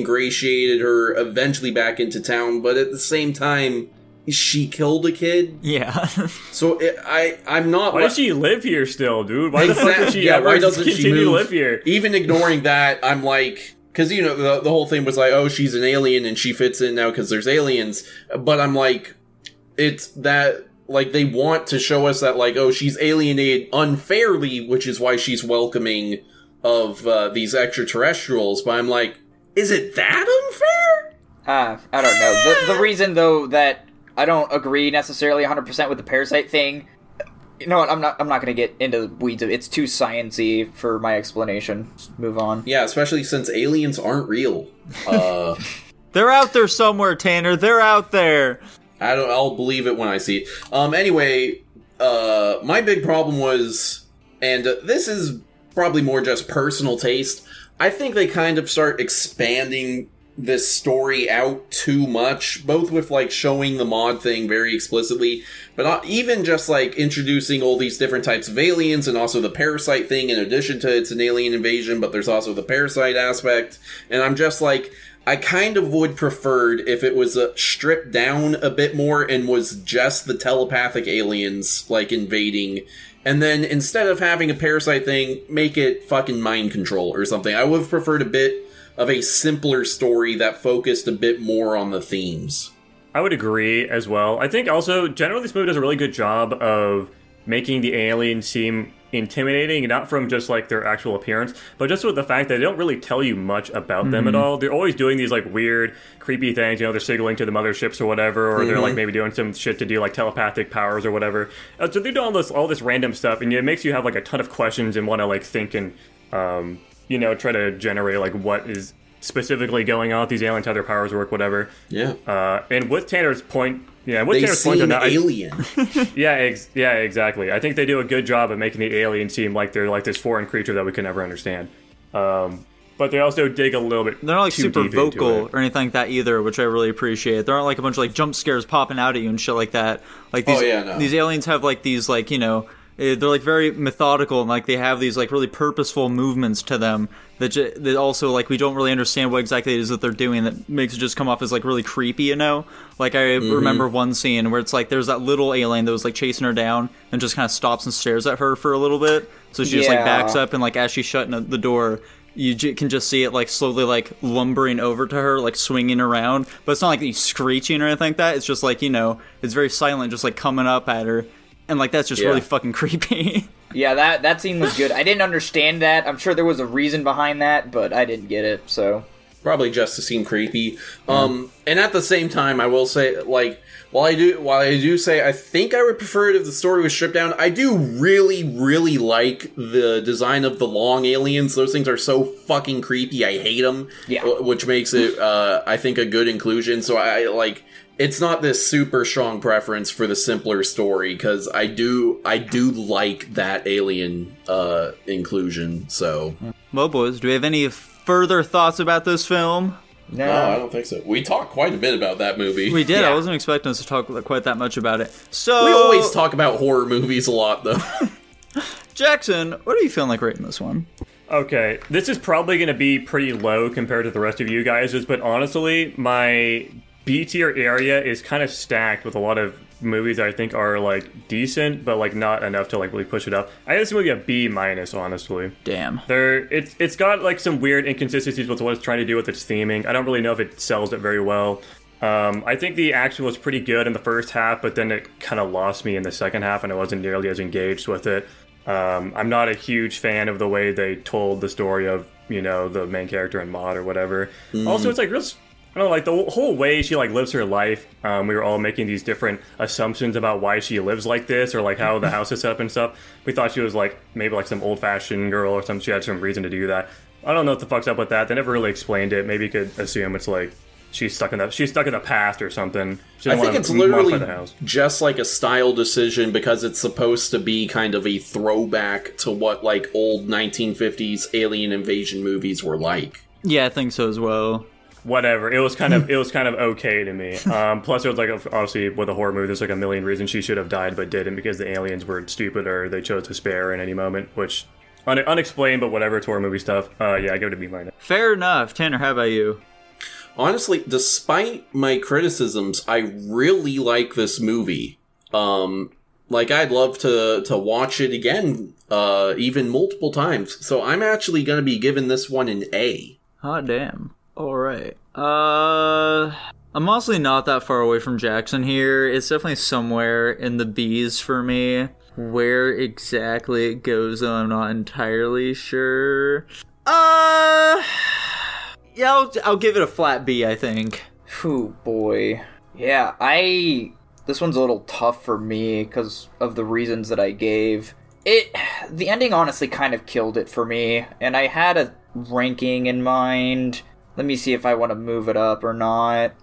E: re-ingratiated her eventually back into town. But at the same time, she killed a kid.
A: Yeah.
E: So it, I, I'm not.
C: Why
E: li-
C: does she live here still, dude? Why the fuck
E: Exact-
C: does she ever continue to live here?
E: Even ignoring that, I'm like, because you know the, the whole thing was like, oh, she's an alien and she fits in now because there's aliens. But I'm like, it's that like they want to show us that like, oh, she's alienated unfairly, which is why she's welcoming of uh, these extraterrestrials. But I'm like, is it that unfair?
D: Uh, I don't know. The, the reason, though, that I don't agree necessarily 100% with the parasite thing. You know what? I'm not. I'm not going to get into the weeds of. It's too sciency for my explanation. Move on.
E: Yeah, especially since aliens aren't real. Uh,
A: They're out there somewhere, Tanner. They're out there.
E: I don't. I'll believe it when I see it. Um. Anyway, uh, my big problem was, and uh, this is probably more just personal taste. I think they kind of start expanding this story out too much, both with like showing the mod thing very explicitly, but not even just like introducing all these different types of aliens and also the parasite thing. In addition to it's an alien invasion, but there's also the parasite aspect, and I'm just like. I kind of would preferred if it was uh, stripped down a bit more and was just the telepathic aliens like invading, and then instead of having a parasite thing, make it fucking mind control or something. I would have preferred a bit of a simpler story that focused a bit more on the themes.
C: I would agree as well. I think also generally this movie does a really good job of making the aliens seem intimidating, not from just like their actual appearance, but just with the fact that they don't really tell you much about them at all. They're always doing these like weird, creepy things. You know, they're signaling to the motherships or whatever, or they're like maybe doing some shit to do like telepathic powers or whatever. Uh, so they do all this all this random stuff, and it makes you have like a ton of questions and want to like think and um, you know try to generate like what is specifically going on with these aliens, how their powers work, whatever.
E: Yeah,
C: Uh, and with Tanner's point, yeah, with
E: they
C: Tanner's point on
E: seem
C: that, I,
E: alien.
C: yeah, ex- yeah, exactly. I think they do a good job of making the alien seem like they're like this foreign creature that we can never understand. Um, but they also dig a little bit.
A: They're not like
C: too
A: super
C: deep into
A: vocal
C: it.
A: or anything like that either, which I really appreciate. There aren't like a bunch of like jump scares popping out at you and shit like that. Like these
E: Oh, yeah, no.
A: these aliens have like these like you know eh, they're like very methodical and like they have these like really purposeful movements to them that ju- that also like we don't really understand what exactly it is that they're doing that makes it just come off as like really creepy. You know, like I
E: Mm-hmm.
A: remember one scene where it's like there's that little alien that was like chasing her down and just kind of stops and stares at her for a little bit. So she just like
D: Yeah.
A: backs up and like as she's shutting the door you j- can just see it like slowly like lumbering over to her like swinging around but it's not like he's screeching or anything like that it's just like you know it's very silent just like coming up at her and like that's just really fucking creepy
D: Yeah, that that scene was good. I didn't understand that. I'm sure there was a reason behind that, but I didn't get it. So
E: probably just to seem creepy. Um, and at the same time, I will say, like, while I do, while I do say, I think I would prefer it if the story was stripped down. I do really, really like the design of the long aliens. Those things are so fucking creepy. I hate them.
D: Yeah.
E: which makes it, uh, I think, a good inclusion. So I like. It's not this super strong preference for the simpler story because I do I do like that alien uh, inclusion. So
A: Mo boys, do we have any further thoughts about this film?
D: No,
E: No, Oh, I don't think so. We talked quite a bit about that movie.
A: We
E: We,
A: did. I wasn't expecting us to talk quite that much about it. So
E: always talk about horror movies a lot, though.
A: Jackson, what are you feeling like rating this one?
C: Okay, this is probably going to be pretty low compared to the rest of you guys, but honestly, my B tier area is kind of stacked with a lot of movies that I think are like decent, but like not enough to like really push it up. I give this movie a B minus, honestly.
A: Damn.
C: There, it's it's got like some weird inconsistencies with what it's trying to do with its theming. I don't really know if it sells it very well. Um, I think the action was pretty good in the first half, but then it kind of lost me in the second half, and I wasn't nearly as engaged with it. Um, I'm not a huge fan of the way they told the story of you know the main character and Maud or whatever. Also, it's like real. s- I don't know, like the whole way she like lives her life. Um, we were all making these different assumptions about why she lives like this, or like how the house is set up and stuff. We thought she was like maybe like some old-fashioned girl or something. She had some reason to do that. I don't know what the fuck's up with that. They never really explained it. Maybe you could assume it's like she's stuck in the she's stuck in the past or something. She
E: I think
C: doesn't wanna
E: it's
C: modify
E: literally
C: the house.
E: just like a style decision because it's supposed to be kind of a throwback to what like old 1950s alien invasion movies were like.
A: Yeah, I think so as well.
C: whatever. It was kind of it was kind of okay to me. Um, plus, it was like obviously with a horror movie, there's like a million reasons she should have died but didn't because the aliens were stupid or they chose to spare her in any moment, which un- unexplained. But whatever, it's horror movie stuff. Uh, yeah, I give it a B minus.
A: Fair enough. Tanner, how about you?
E: honestly, despite my criticisms, I really like this movie. Um, like I'd love to to watch it again, uh, even multiple times. So I'm actually going to be giving this one an A.
A: Hot damn. All right. Uh, I'm honestly not that far away from Jackson here. It's definitely somewhere in the B's for me. Where exactly it goes, though, I'm not entirely sure. Uh, yeah, I'll, I'll give it a flat B, I think.
D: Phew, boy. Yeah, I. This one's a little tough for me because of the reasons that I gave. It. The ending honestly kind of killed it for me, and I had a ranking in mind. Let me see if I want to move it up or not.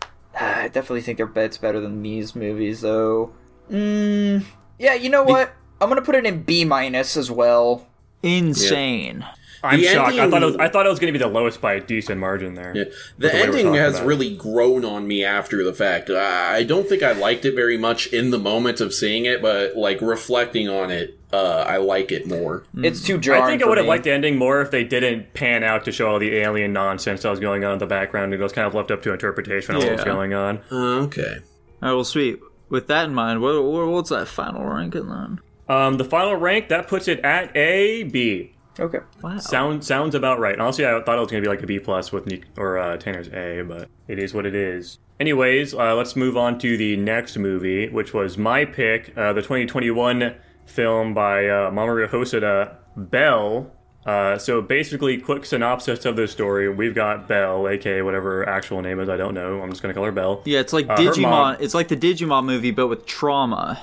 D: I definitely think their bet's better than these movies, though. Mm, yeah, you know what? I'm gonna put it in B minus as well.
A: Insane.
C: I'm
E: The
C: shocked. I
E: ending-
C: thought it was, I thought it was going to be the lowest by a decent margin there.
E: Yeah. The
C: the way we're
E: ending
C: talking
E: has
C: about it.
E: really grown on me after the fact. I I don't think I liked it very much in the moment of seeing it, but like reflecting on it, uh, I like it more.
D: It's too jarring.
C: I think I
D: for
C: would have
D: me.
C: liked the ending more if they didn't pan out to show all the alien nonsense that was going on in the background. It was kind of left up to interpretation of what was
A: Yeah.
C: going on.
E: Uh, okay.
A: All right, well, sweet. With that in mind, what, what- what's that final ranking then?
C: Um, the final rank that puts it at a B.
D: Okay.
A: Wow.
C: Sound sounds about right. Honestly, I thought it was gonna be like a B plus with Nick or uh, Tanner's A, but it is what it is. Anyways, uh, let's move on to the next movie, which was my pick, uh, the 2021 film by uh, Mamoru Hosoda, Bell. Uh, so basically, quick synopsis of this story: We've got Bell, aka whatever her actual name is, I don't know. I'm just gonna call her Bell.
A: Yeah, it's like
C: Uh, her mom-
A: Digimon. It's like the Digimon movie, but with trauma.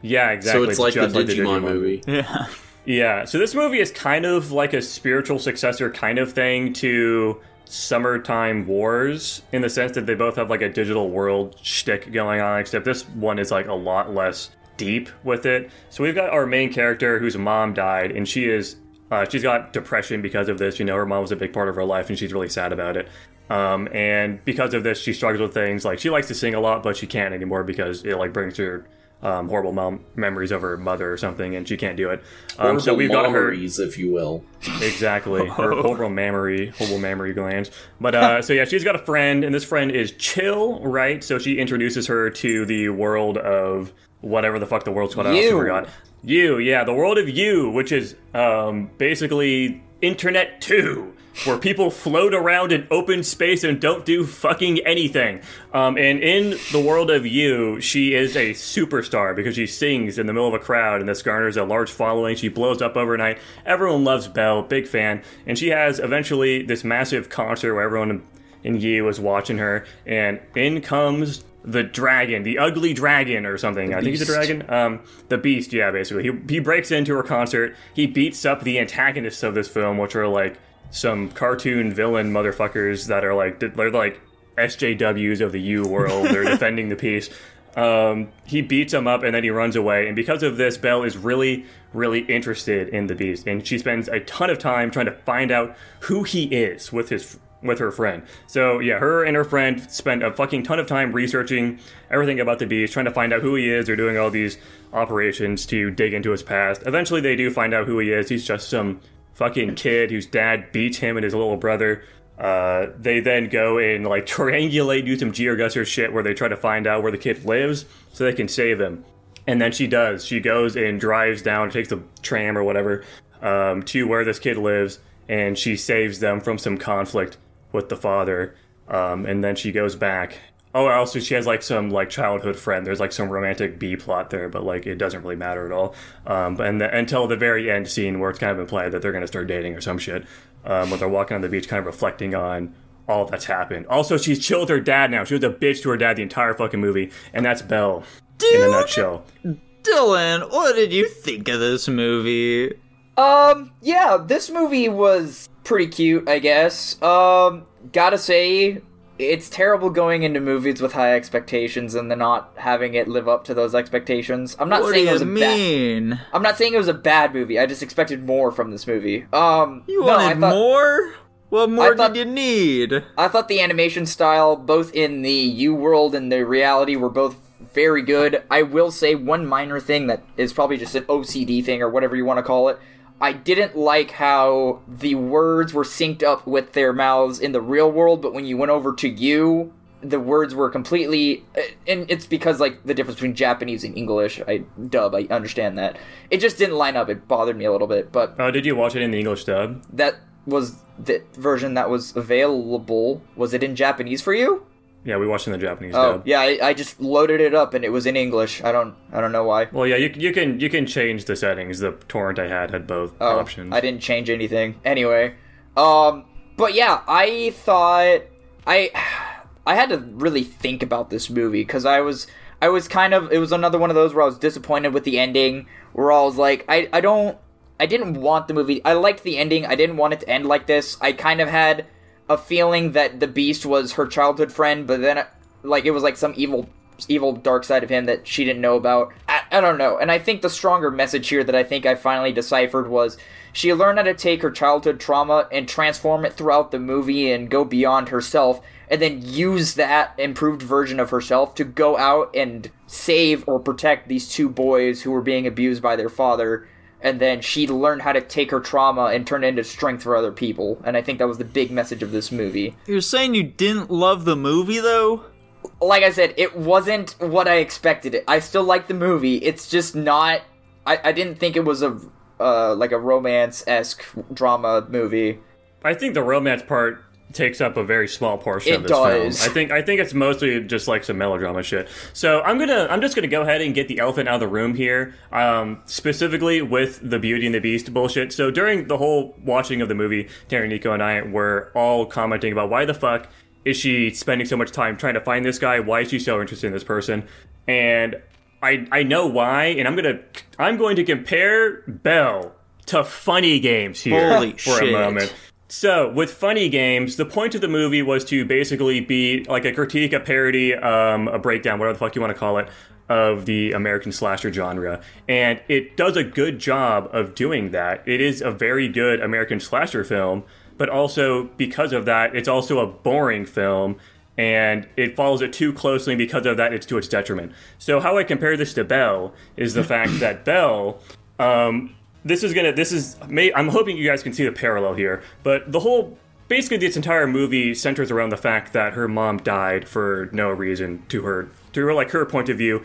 C: Yeah, exactly.
E: So it's like the
C: just
E: Digimon, movie.
A: Yeah.
C: Yeah, so this movie is kind of like a spiritual successor kind of thing to Summertime Wars in the sense that they both have like a digital world shtick going on, except this one is like a lot less deep with it. So we've got our main character whose mom died, and she is uh, she's got depression because of this. You know, her mom was a big part of her life, and she's really sad about it. Um, and because of this, she struggles with things like she likes to sing a lot, but she can't anymore because it like brings her um, horrible mom- memories of her mother or something, and she can't do it. Um, so
E: Horrible
C: we've got her
E: mommaries, if you will.
C: exactly her horrible mammary, horrible mammary glands. But uh, so yeah, she's got a friend, and this friend is chill, right? So she introduces her to the world of whatever the fuck the world's called. I also
D: You.
C: forgot. You, yeah, the world of you, which is um, basically Internet 2, where people float around in open space and don't do fucking anything. Um, and in the world of You, she is a superstar because she sings in the middle of a crowd, and this garners a large following. She blows up overnight. Everyone loves Belle, big fan. And she has eventually this massive concert where everyone in You is watching her, and in comes the dragon, the ugly dragon or something. I think he's a dragon. Um, the beast, yeah, basically. He, he breaks into her concert. He beats up the antagonists of this film, which are like some cartoon villain motherfuckers that are like they're like SJWs of the U world. They're defending the peace. Um, he beats him up and then he runs away. And because of this, Belle is really, really interested in the beast, and she spends a ton of time trying to find out who he is with his with her friend. So yeah, her and her friend spend a fucking ton of time researching everything about the beast, trying to find out who he is. They're doing all these operations to dig into his past. Eventually, they do find out who he is. He's just some fucking kid whose dad beats him and his little brother. Uh, they then go and like triangulate, do some geoguesser shit where they try to find out where the kid lives so they can save him. And then she does. She goes and drives down, takes the tram or whatever, um, to where this kid lives, and she saves them from some conflict with the father. Um, and then she goes back. Oh, also she has like some like childhood friend. There's like some romantic B plot there, but like it doesn't really matter at all. Um, but- and the, until the very end scene where it's kind of implied that they're gonna start dating or some shit, um, when they're walking on the beach, kind of reflecting on all that's happened. Also, she's chilled her dad now. She was a bitch to her dad the entire fucking movie, and that's Belle in a nutshell.
A: Dylan, what did you think of this movie?
D: Um, yeah, this movie was pretty cute, I guess. Um, gotta say, it's terrible going into movies with high expectations and then not having it live up to those expectations. I'm not
A: What do
D: saying it
A: you
D: was a bad.
A: mean?
D: I'm not saying it was a bad movie. I just expected more from this movie. Um,
A: You
D: no, I
A: wanted
D: thought,
A: more? What more
D: thought-
A: did you need?
D: I thought the animation style, both in the U world and the reality, were both very good. I will say one minor thing that is probably just an OCD thing or whatever you want to call it. I didn't like how the words were synced up with their mouths in the real world, but when you went over to you, the words were completely. uh, And it's because, like, the difference between Japanese and English, I dub, I understand that. It just didn't line up. It bothered me a little bit, but
C: Oh, did you watch it in the English dub?
D: that was the version that was available. Was it in Japanese for you?
C: Yeah, we watched it in the Japanese
D: Oh
C: dub.
D: yeah, I, I just loaded it up and it was in English. I don't I don't know why.
C: Well, yeah, you, you can you can change the settings. The torrent I had had both
D: Oh,
C: options.
D: I didn't change anything. Anyway, um, but yeah, I thought I I had to really think about this movie because I was I was kind of it was another one of those where I was disappointed with the ending. Where I was like, I I don't I didn't want the movie. I liked the ending. I didn't want it to end like this. I kind of had a feeling that the Beast was her childhood friend, but then like it was like some evil evil dark side of him that she didn't know about. I, I don't know. And I think the stronger message here that I think I finally deciphered was she learned how to take her childhood trauma and transform it throughout the movie and go beyond herself and then use that improved version of herself to go out and save or protect these two boys who were being abused by their father and then she learned how to take her trauma and turn it into strength for other people and i think that was the big message of this movie
A: You're saying you didn't love the movie though?
D: like I said, it wasn't what I expected. It. I still like the movie. It's just not. I, I didn't think it was a uh, like a romance esque drama movie.
C: I think the romance part takes up a very small portion
D: It
C: of this
D: does.
C: film. I think I think it's mostly just like some melodrama shit. So I'm gonna I'm just gonna go ahead and get the elephant out of the room here, um, specifically with the Beauty and the Beast bullshit. So during the whole watching of the movie, Taryn, Nico, and I were all commenting about why the fuck is she spending so much time trying to find this guy? Why is she so interested in this person? And I I know why, and I'm gonna I'm going to compare Belle to Funny Games here
A: Holy
C: for
A: shit.
C: a moment. So, with Funny Games, the point of the movie was to basically be like a critique, a parody, um, a breakdown, whatever the fuck you want to call it, of the American slasher genre. And it does a good job of doing that. It is a very good American slasher film, but also because of that, it's also a boring film and it follows it too closely because of that it's to its detriment. So how I compare this to Bell is the fact that Bell um, this is gonna this is may, i'm hoping you guys can see the parallel here but the whole basically this entire movie centers around the fact that her mom died for no reason to her to her like her point of view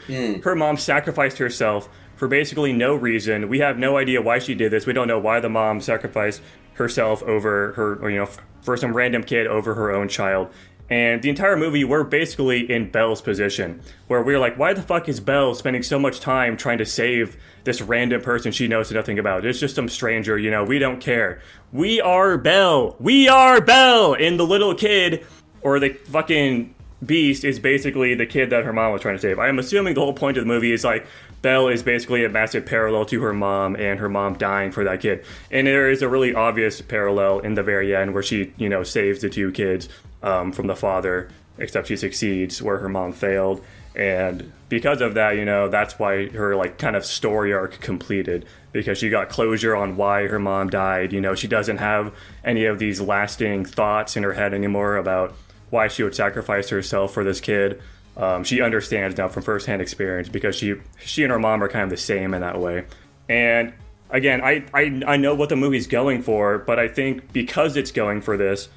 C: her mom sacrificed herself for basically no reason. We have no idea why she did this. We don't know why the mom sacrificed herself over her, or, you know, f- for some random kid over her own child. And the entire movie, we're basically in Belle's position, where we're like, why the fuck is Belle spending so much time trying to save this random person she knows nothing about? It's just some stranger, you know, we don't care. We are Belle! We are Belle! And the little kid, or the fucking Beast is basically the kid that her mom was trying to save. I'm assuming the whole point of the movie is like Belle is basically a massive parallel to her mom and her mom dying for that kid. And there is a really obvious parallel in the very end where she, you know, saves the two kids um, from the father, except she succeeds where her mom failed. And because of that, you know, that's why her like kind of story arc completed because she got closure on why her mom died. You know, she doesn't have any of these lasting thoughts in her head anymore about why she would sacrifice herself for this kid. Um, she understands now from firsthand experience because she she and her mom are kind of the same in that way. And again, I I, I know what the movie's going for, but I think because it's going for this,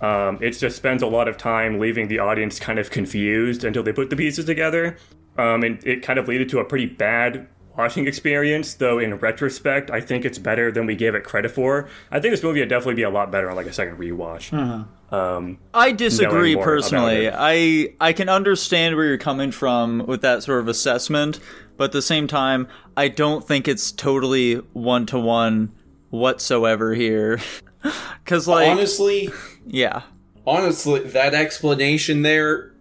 C: um, it just spends a lot of time leaving the audience kind of confused until they put the pieces together. Um, and it kind of leaded to a pretty bad watching experience, though in retrospect, I think it's better than we gave it credit for. I think this movie would definitely be a lot better on like a second rewatch. Um,
A: I disagree
C: more about
A: personally.
C: it.
A: I I can understand where you're coming from with that sort of assessment, but at the same time, I don't think it's totally one to one whatsoever here. Cuz like
E: Honestly,
A: yeah.
E: honestly, that explanation there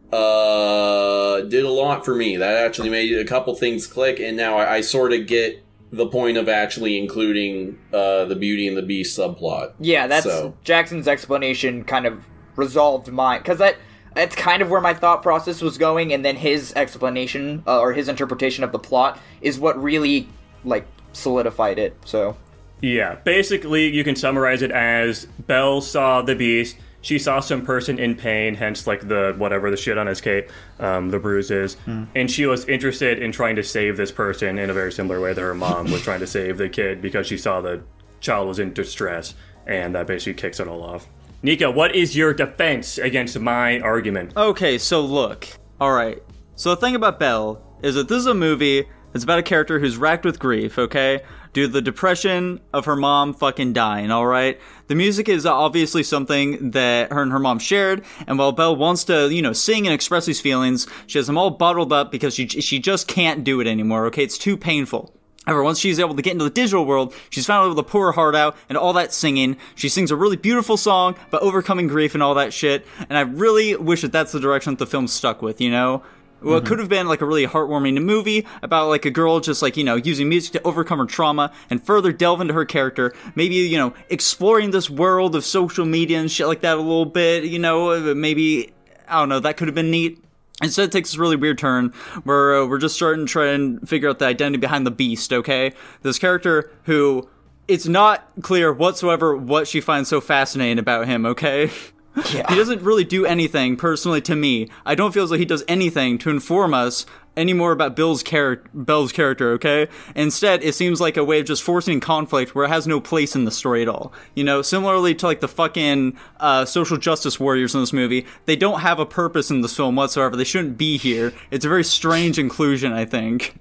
E: uh did a lot for me. That actually made a couple things click, and now I, I sort of get the point of actually including uh the Beauty and the Beast subplot.
D: Yeah, that's
E: So-
D: Jackson's explanation kind of resolved mine because that that's kind of where my thought process was going, and then his explanation uh, or his interpretation of the plot is what really like solidified it. So
C: Yeah, basically, you can summarize it as Belle saw the beast. She saw some person in pain, hence like the whatever the shit on his cape, um, the bruises, and she was interested in trying to save this person in a very similar way that her mom was trying to save the kid because she saw the child was in distress, and that basically kicks it all off. Nika, what is your defense against my argument?
A: Okay, so look. All right. So the thing about Belle is that this is a movie that's about a character who's racked with grief, okay? Due to the depression of her mom fucking dying, all right? The music is obviously something that her and her mom shared, and while Belle wants to, you know, sing and express these feelings, she has them all bottled up because she she just can't do it anymore, okay? It's too painful. However, once she's able to get into the digital world, she's finally able to pour her heart out and all that singing. She sings a really beautiful song about overcoming grief and all that shit. And I really wish that that's the direction that the film stuck with, you know? Well, it could have been like a really heartwarming movie about like a girl just like, you know, using music to overcome her trauma and further delve into her character. Maybe, you know, exploring this world of social media and shit like that a little bit, you know, maybe, I don't know, that could have been neat. Instead, it takes this really weird turn where uh, we're just starting to try and figure out the identity behind the beast, okay? This character who it's not clear whatsoever what she finds so fascinating about him, okay? he doesn't really do anything personally to me. I don't feel as though he does anything to inform us any more about Bill's character, Bell's character, okay? Instead, it seems like a way of just forcing conflict where it has no place in the story at all. You know, similarly to like the fucking uh, social justice warriors in this movie, they don't have a purpose in this film whatsoever. They shouldn't be here. It's a very strange inclusion, I think.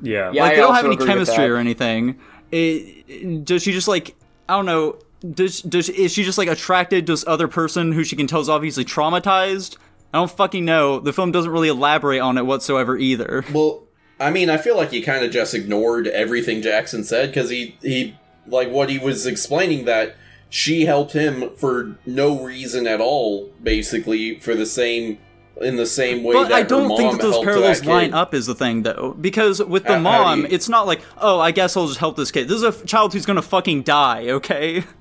C: Yeah,
D: yeah,
C: Like,
D: I
A: They don't
D: also
A: have any
D: agree with
A: chemistry
D: that.
A: or anything. It, it- does she just like I don't know? Does does is she just like attracted to this other person who she can tell is obviously traumatized? I don't fucking know. The film doesn't really elaborate on it whatsoever either.
E: Well, I mean, I feel like he kind of just ignored everything Jackson said because he he like what he was explaining that she helped him for no reason at all, basically for the same in the same way
A: But
E: that
A: I
E: her
A: don't think
E: mom
A: that those
E: helped that
A: parallels
E: kid.
A: line up is the thing though, because with the
E: How- how do
A: mom,
E: you-
A: it's not like oh I guess I'll just help this kid. This is a f- child who's gonna fucking die. Okay.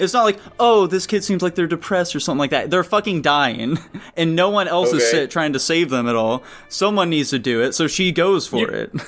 A: It's not like, oh, this kid seems like they're depressed or something like that. They're fucking dying, and no one else is
E: Okay.
A: sit trying to save them at all. Someone needs to do it, so she goes for it.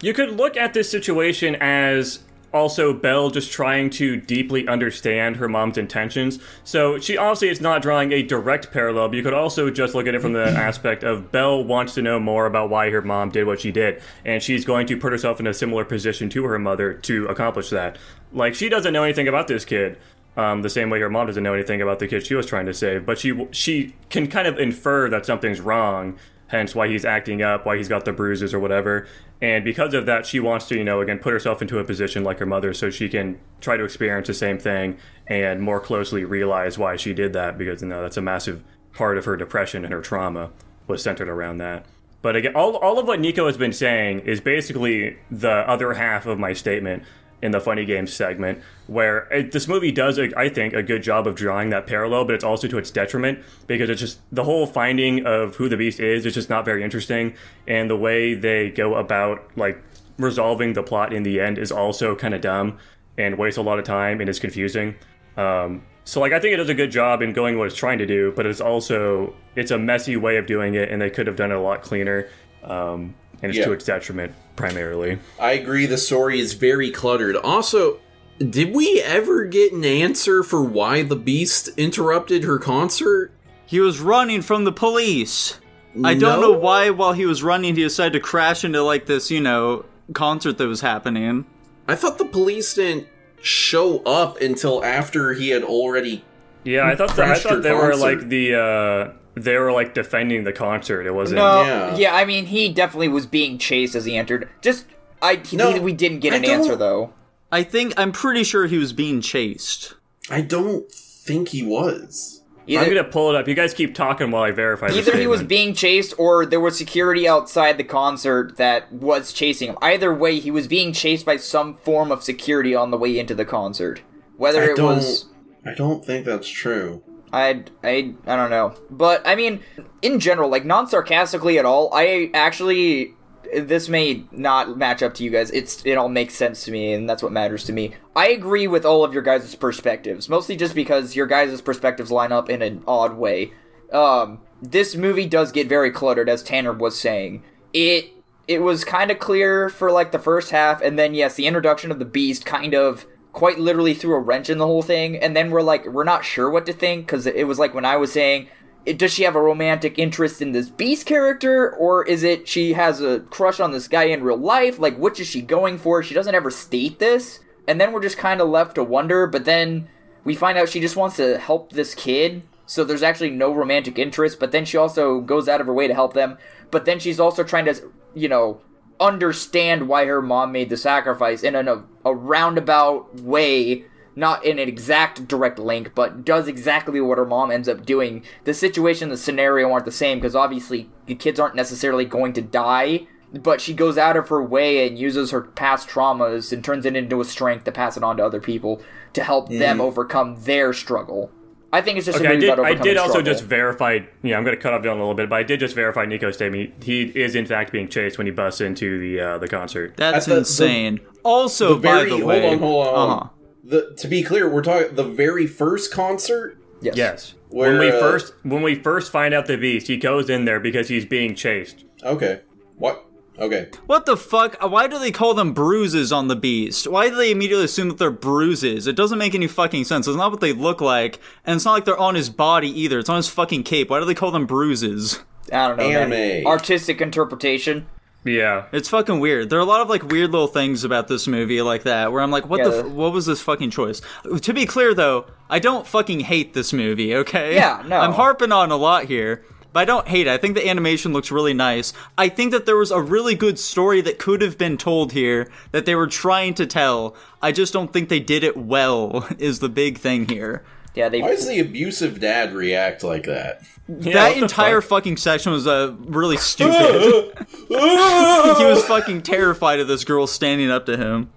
C: You could look at this situation as also Belle just trying to deeply understand her mom's intentions. So she obviously is not drawing a direct parallel, but you could also just look at it from the aspect of Belle wants to know more about why her mom did what she did, and she's going to put herself in a similar position to her mother to accomplish that. Like she doesn't know anything about this kid. Um, the same way her mom doesn't know anything about the kid she was trying to save, but she she can kind of infer that something's wrong hence why he's acting up, why he's got the bruises or whatever. And because of that, she wants to, you know, again, put herself into a position like her mother so she can try to experience the same thing and more closely realize why she did that because, you know, that's a massive part of her depression and her trauma was centered around that. But again, all, all of what Nico has been saying is basically the other half of my statement in the funny games segment, where it, this movie does, I think, a good job of drawing that parallel, but it's also to its detriment because it's just the whole finding of who the beast is is just not very interesting, and the way they go about like resolving the plot in the end is also kind of dumb and wastes a lot of time and is confusing. Um, so like I think it does a good job in going what it's trying to do, but it's also it's a messy way of doing it, and they could have done it a lot cleaner. Um, and it's
E: Yeah.
C: to its detriment primarily.
E: I agree. The story is very cluttered. Also, did we ever get an answer for why the Beast interrupted her concert?
A: He was running from the police. I don't
E: No?
A: know why, while he was running, he decided to crash into like this, you know, concert that was happening.
E: I thought the police didn't show up until after he had already.
C: Yeah, I thought the, I
E: Crashed
C: thought
E: her
C: they were
E: concert.
C: like the uh, they were like defending the concert. It wasn't.
D: No,
E: Yeah.
D: yeah. I mean, he definitely was being chased as he entered. Just, I
E: No,
D: we didn't get
E: I
D: an
E: don't-
D: answer though.
A: I think I'm pretty sure he was being chased.
E: I don't think he was.
D: Either,
C: I'm gonna pull it up. You guys keep talking while I verify. this
D: either he was
C: statement.
D: being chased, or there was security outside the concert that was chasing him. Either way, he was being chased by some form of security on the way into the concert. Whether
E: I
D: it
E: don't.
D: was
E: I don't think that's true.
D: I, I, I don't know. But, I mean, in general, like, non sarcastically at all, I actually. This may not match up to you guys. It's it all makes sense to me, and that's what matters to me. I agree with all of your guys' perspectives, mostly just because your guys' perspectives line up in an odd way. Um, this movie does get very cluttered, as Tanner was saying. It it was kind of clear for like the first half, and then yes, the introduction of the beast kind of quite literally threw a wrench in the whole thing. And then we're like, we're not sure what to think because it was like when I was saying, it, does she have a romantic interest in this beast character, or is it she has a crush on this guy in real life? Like, which is she going for? She doesn't ever state this, and then we're just kind of left to wonder. But then we find out she just wants to help this kid so there's actually no romantic interest but then she also goes out of her way to help them but then she's also trying to you know understand why her mom made the sacrifice in an, a, a roundabout way not in an exact direct link but does exactly what her mom ends up doing the situation the scenario aren't the same because obviously the kids aren't necessarily going to die but she goes out of her way and uses her past traumas and turns it into a strength to pass it on to other people to help
E: Mm.
D: them overcome their struggle. I think it's just
C: Okay,
D: a
C: I
D: movie
C: did.
D: about
C: I
D: overcoming
C: did also
D: struggle.
C: just verify. Yeah, I'm gonna cut off down a little bit, but I did just verify Nico's statement. He is in fact being chased when he busts into the uh, the concert.
A: That's
E: At the- the-
A: insane. also,
E: The very
A: by the way,
E: hold on, hold on. hold on.
A: Uh-huh.
E: The, to be clear, we're talking the very first concert.
D: yes.
C: Yes.
E: Where,
C: when we
E: uh,
C: first when we first find out the beast, he goes in there because he's being chased.
E: Okay. What? Okay.
A: what the fuck? Uh, Why do they call them bruises on the beast? Why do they immediately assume that they're bruises? It doesn't make any fucking sense. It's not what they look like, and it's not like they're on his body either. It's on his fucking cape. Why do they call them bruises?
D: I don't know. man.
E: Anime.
D: Artistic interpretation.
C: Yeah.
A: It's fucking weird. There are a lot of like weird little things about this movie like that where I'm like, what
D: Yeah,
A: the f-
D: the-
A: what was this fucking choice? To be clear though, I don't fucking hate this movie, okay?
D: Yeah, no.
A: I'm harping on a lot here, but I don't hate it. I think the animation looks really nice. I think that there was a really good story that could have been told here that they were trying to tell. I just don't think they did it well is the big thing here.
D: Yeah, they
E: Why does the abusive dad react like that?
C: what
A: that
C: the
A: entire
C: fuck?
A: fucking section was uh, really stupid. he was fucking terrified of this girl standing up to him.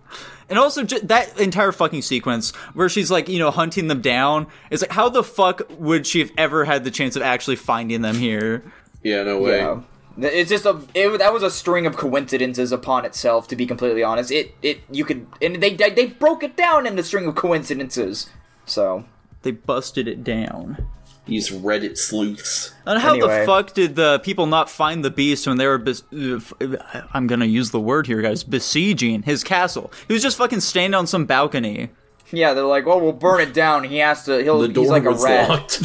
A: And also ju- that entire fucking sequence where she's like, you know, hunting them down. It's like, how the fuck would she have ever had the chance of actually finding them here?
E: Yeah, no way.
D: Yeah. Oh. It's just a it, that was a string of coincidences upon itself. To be completely honest, it it you could and they they broke it down into a string of coincidences. So
A: They busted it down.
E: These Reddit sleuths.
A: And how the
D: Anyway.
A: fuck did the people not find the beast when they were? Bes- uh, f- uh, I'm gonna use the word here, guys. Besieging his castle. He was just fucking standing on some balcony.
D: yeah, they're like, oh, we'll burn it down. He has to. He'll.
E: The door
D: he's like a
E: was
D: rat.
E: locked.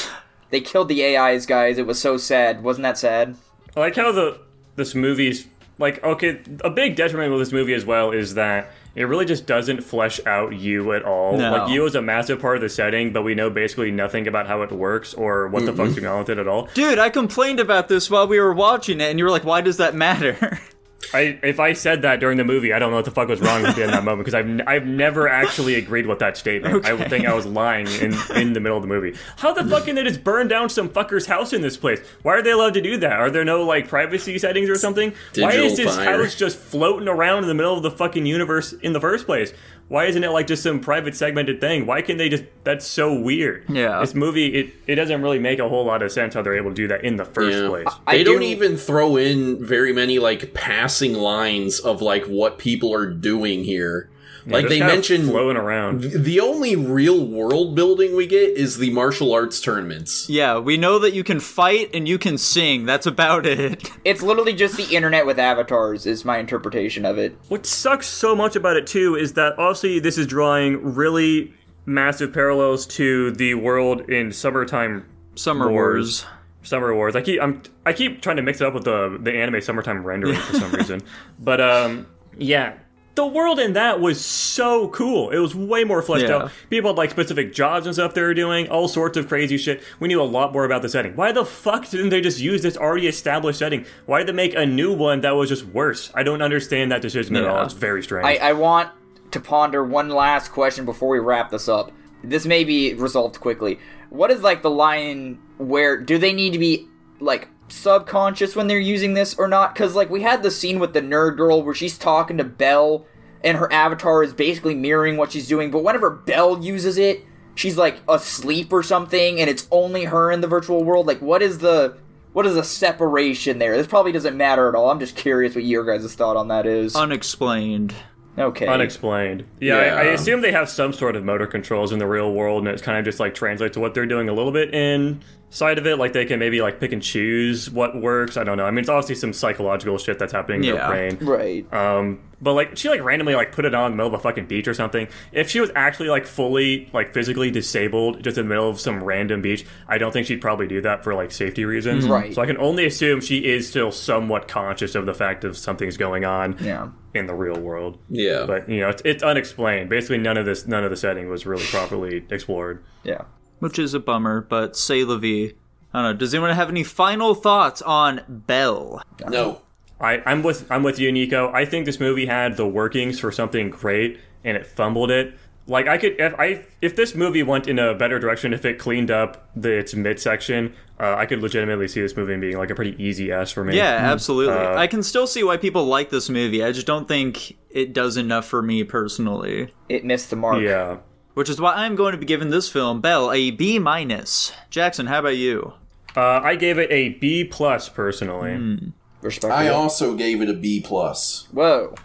D: They killed the AIs, guys. It was so sad. Wasn't that sad?
C: I like how the this movie's like okay, a big detriment with this movie as well is that it really just doesn't flesh out you at all.
A: No.
C: Like you is a massive part of the setting, but we know basically nothing about how it works or what the
E: Mm-hmm.
C: fuck's going on with it at all.
A: Dude, I complained about this while we were watching it, and you were like, why does that matter?
C: I if I said that during the movie, I don't know what the fuck was wrong with me in that moment because I've n- I've never actually agreed with that statement. I would think I was lying in in the middle of the movie. How the fuck can they just burn down some fucker's house in this place? Why are they allowed to do that? Are there no like privacy settings or something? Why is
E: Digital
C: this
E: fire.
C: house just floating around in the middle of the fucking universe in the first place? Why isn't it like just some private segmented thing? Why can they just? That's so weird.
A: Yeah.
C: this movie it it doesn't really make a whole lot of sense how they're able to do that in the first
E: Yeah.
C: place.
E: They
D: I
E: don't
D: do-
E: even throw in very many like passing lines of like what people are doing here. like
C: Just
E: they
C: kinda
E: mention
C: floating around.
E: the only real world building we get is the martial arts tournaments.
A: yeah, we know that you can fight and you can sing. That's about it.
D: It's literally just the internet with avatars, is my interpretation of it.
C: What sucks so much about it too is that obviously this is drawing really massive parallels to the world in summertime
A: Summer
C: Wars.
A: Wars.
C: Summer Wars. I keep I'm I keep trying to mix it up with the the anime summertime rendering for some reason. But um yeah. The world in that was so cool. It was way more fleshed
A: Yeah.
C: out. People had like specific jobs and stuff they were doing, all sorts of crazy shit. We knew a lot more about the setting. Why the fuck didn't they just use this already established setting? Why did they make a new one that was just worse? I don't understand that decision at all. It's very strange.
D: I, I want to ponder one last question before we wrap this up. This may be resolved quickly. What is like the line where do they need to be like subconscious when they're using this or not? Because like we had the scene with the nerd girl where she's talking to Belle and her avatar is basically mirroring what she's doing, but whenever Belle uses it, she's like asleep or something and it's only her in the virtual world. Like what is the what is the separation there? This probably doesn't matter at all. I'm just curious what your guys' thought on that is.
A: Unexplained.
D: okay.
C: Unexplained. Yeah, I, I
E: Yeah.
C: assume they have some sort of motor controls in the real world, and it's kind of just like translates to what they're doing a little bit inside of it. Like they can maybe like pick and choose what works. I don't know. I mean, it's obviously some psychological shit that's happening in
A: Yeah.
C: their brain.
D: Right.
C: Um, but like she like randomly like put it on in the middle of a fucking beach or something. If she was actually like fully like physically disabled just in the middle of some random beach, I don't think she'd probably do that for like safety reasons.
D: Mm-hmm. Right.
C: So I can only assume she is still somewhat conscious of the fact of something's going on
D: Yeah.
C: in the real world.
E: Yeah.
C: But you know, it's, it's unexplained. Basically, none of this, none of the setting was really properly explored.
D: Yeah.
A: which is a bummer, but say la vie. I don't know. Does anyone have any final thoughts on Belle?
E: no.
C: I, I'm with I'm with you, Nico. I think this movie had the workings for something great, and it fumbled it. Like I could, if I if this movie went in a better direction, if it cleaned up the, its midsection, uh, I could legitimately see this movie being like a pretty easy S for me.
A: Yeah, absolutely.
C: Uh,
A: I can still see why people like this movie. I just don't think it does enough for me personally.
D: It missed the mark.
C: yeah.
A: Which is why I'm going to be giving this film, Belle, a B minus. Jackson, how about you?
C: Uh, I gave it a B plus personally.
A: Hmm.
D: Respect.
E: I also gave it a B plus.
D: Whoa.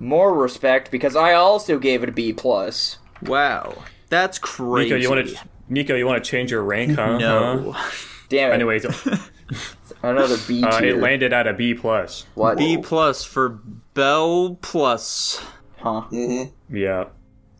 D: More respect because I also gave it a B plus.
A: Wow. That's crazy.
C: Nico, you want to Nico, you want to change your rank, huh?
A: No.
C: Huh?
D: Damn it.
C: Anyways, uh,
D: Another B
C: it
D: tier.
C: landed at a B plus.
D: what?
A: B plus for Belle plus.
D: Huh.
C: Yeah.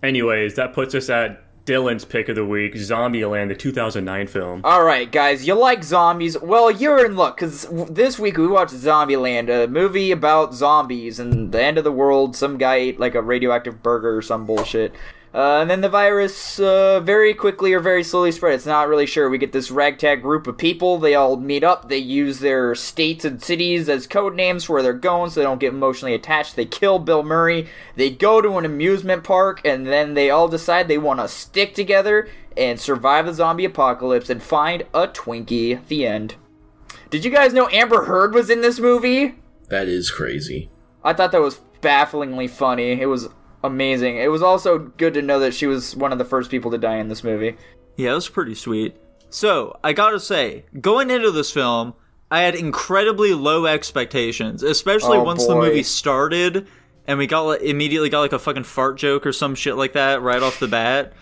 C: Anyways, that puts us at Dylan's pick of the week, Zombieland, the 2009 film.
D: All right, guys. You like zombies? Well, you're in luck because this week we watched Zombieland, a movie about zombies and the end of the world. Some guy ate like a radioactive burger or some bullshit. Uh, and then the virus uh, very quickly or very slowly spread. It's not really sure. We get this ragtag group of people. They all meet up. They use their states and cities as code names for where they're going so they don't get emotionally attached. They kill Bill Murray. They go to an amusement park and then they all decide they want to stick together and survive the zombie apocalypse and find a Twinkie. The end. Did you guys know Amber Heard was in this movie?
E: That is crazy.
D: I thought that was bafflingly funny. It was amazing. It was also good to know that she was one of the first people to die in this movie.
A: Yeah, that's pretty sweet. So, I gotta say, going into this film, I had incredibly low expectations, especially
D: Oh,
A: once the
D: boy.
A: movie started and we got like, immediately got like a fucking fart joke or some shit like that right off the bat.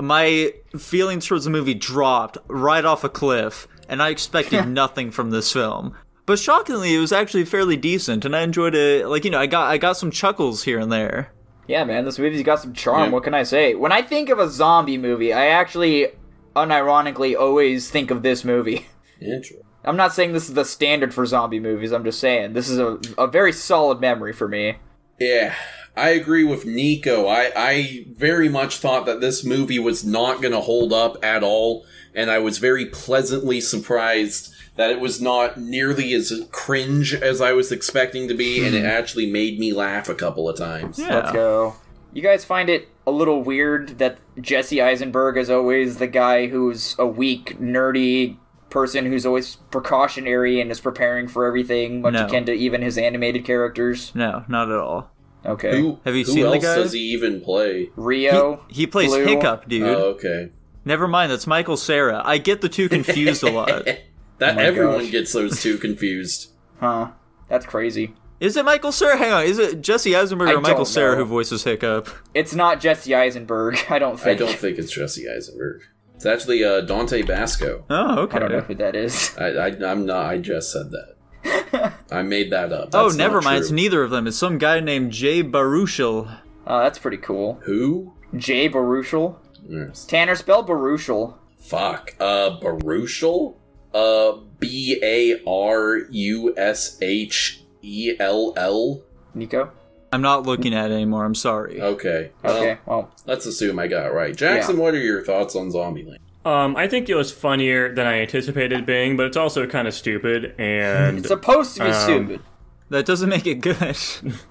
A: My feelings towards the movie dropped right off a cliff, and I expected nothing from this film. But shockingly, it was actually fairly decent, and I enjoyed it. Like you know, I got I got some chuckles here and there.
D: Yeah, man, this movie's got some charm.
E: Yeah.
D: What can I say? When I think of a zombie movie, I actually, unironically, always think of this movie.
E: Interesting.
D: I'm not saying this is the standard for zombie movies. I'm just saying this is a, a very solid memory for me.
E: Yeah, I agree with Nico. I, I very much thought that this movie was not going to hold up at all, and I was very pleasantly surprised that it was not nearly as cringe as I was expecting to be,
A: Hmm.
E: and it actually made me laugh a couple of times.
D: Let's go. You guys find it a little weird that Jesse Eisenberg is always the guy who's a weak, nerdy person who's always precautionary and is preparing for everything, much
A: No.
D: akin to even his animated characters.
A: No, not at all.
D: Okay.
E: Who,
A: Have you
E: who
A: seen the
E: else
A: guy?
E: does he even play?
D: Rio.
A: He plays
D: Blue. uh,
A: Hiccup, dude.
E: Oh, okay.
A: Never mind, that's Michael Sarah. I get the two confused a lot. Oh
E: That
D: my
E: everyone
D: gosh.
E: gets those two confused.
D: Huh. That's crazy.
A: Is it Michael Sarah? Hang on, is it Jesse Eisenberg
D: I
A: or Michael
D: don't
A: Sarah
D: know.
A: who voices Hiccup?
D: It's not Jesse Eisenberg, I don't
E: I
D: think.
E: don't think it's Jesse Eisenberg. It's actually uh, Dante Basco.
A: Oh,
D: I don't know
A: okay.
D: who that is.
E: I, I, I'm not. I just said that. I made that up.
A: Oh,
E: That's not
A: never mind. It's
E: true.
A: neither of them. It's some guy named Jay Baruchel.
D: Oh, that's pretty cool.
E: Who?
D: Jay Baruchel.
E: Yes.
D: Tanner, spell Baruchel.
E: Fuck. Uh, Baruchel. Uh, B A R U S H E L L.
D: Nico?
A: I'm not looking at it anymore. I'm sorry.
D: Oh.
E: Okay. Well,
D: Okay, well,
E: Let's assume I got it right. Jackson, what are your thoughts on Zombieland?
C: Um, I think it was funnier than I anticipated it being, but it's also kind of stupid, and
D: it's supposed to be
C: Um,
D: stupid.
A: That doesn't make it good.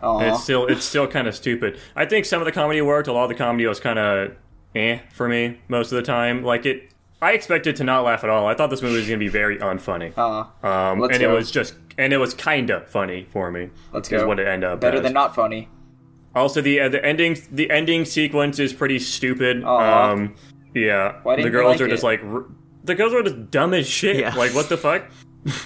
D: Aw.
C: it's still it's still kind of stupid. I think some of the comedy worked. A lot of the comedy was kind of eh for me most of the time. Like it, I expected to not laugh at all. I thought this movie was going to be very unfunny,
D: Uh,
C: um,
D: let's
C: and it
D: go.
C: was just and it was kind of funny for me.
D: Let's
C: Is
D: go.
C: what it ended up
D: Better
C: as.
D: than not funny.
C: Also, the uh, the ending the ending sequence is pretty stupid.
D: Aw.
C: Um, yeah,
D: Why
C: the
D: didn't you
C: girls
D: like
C: are just
D: it?
C: like r- the girls are just dumb as shit.
A: Yeah.
C: Like what the fuck?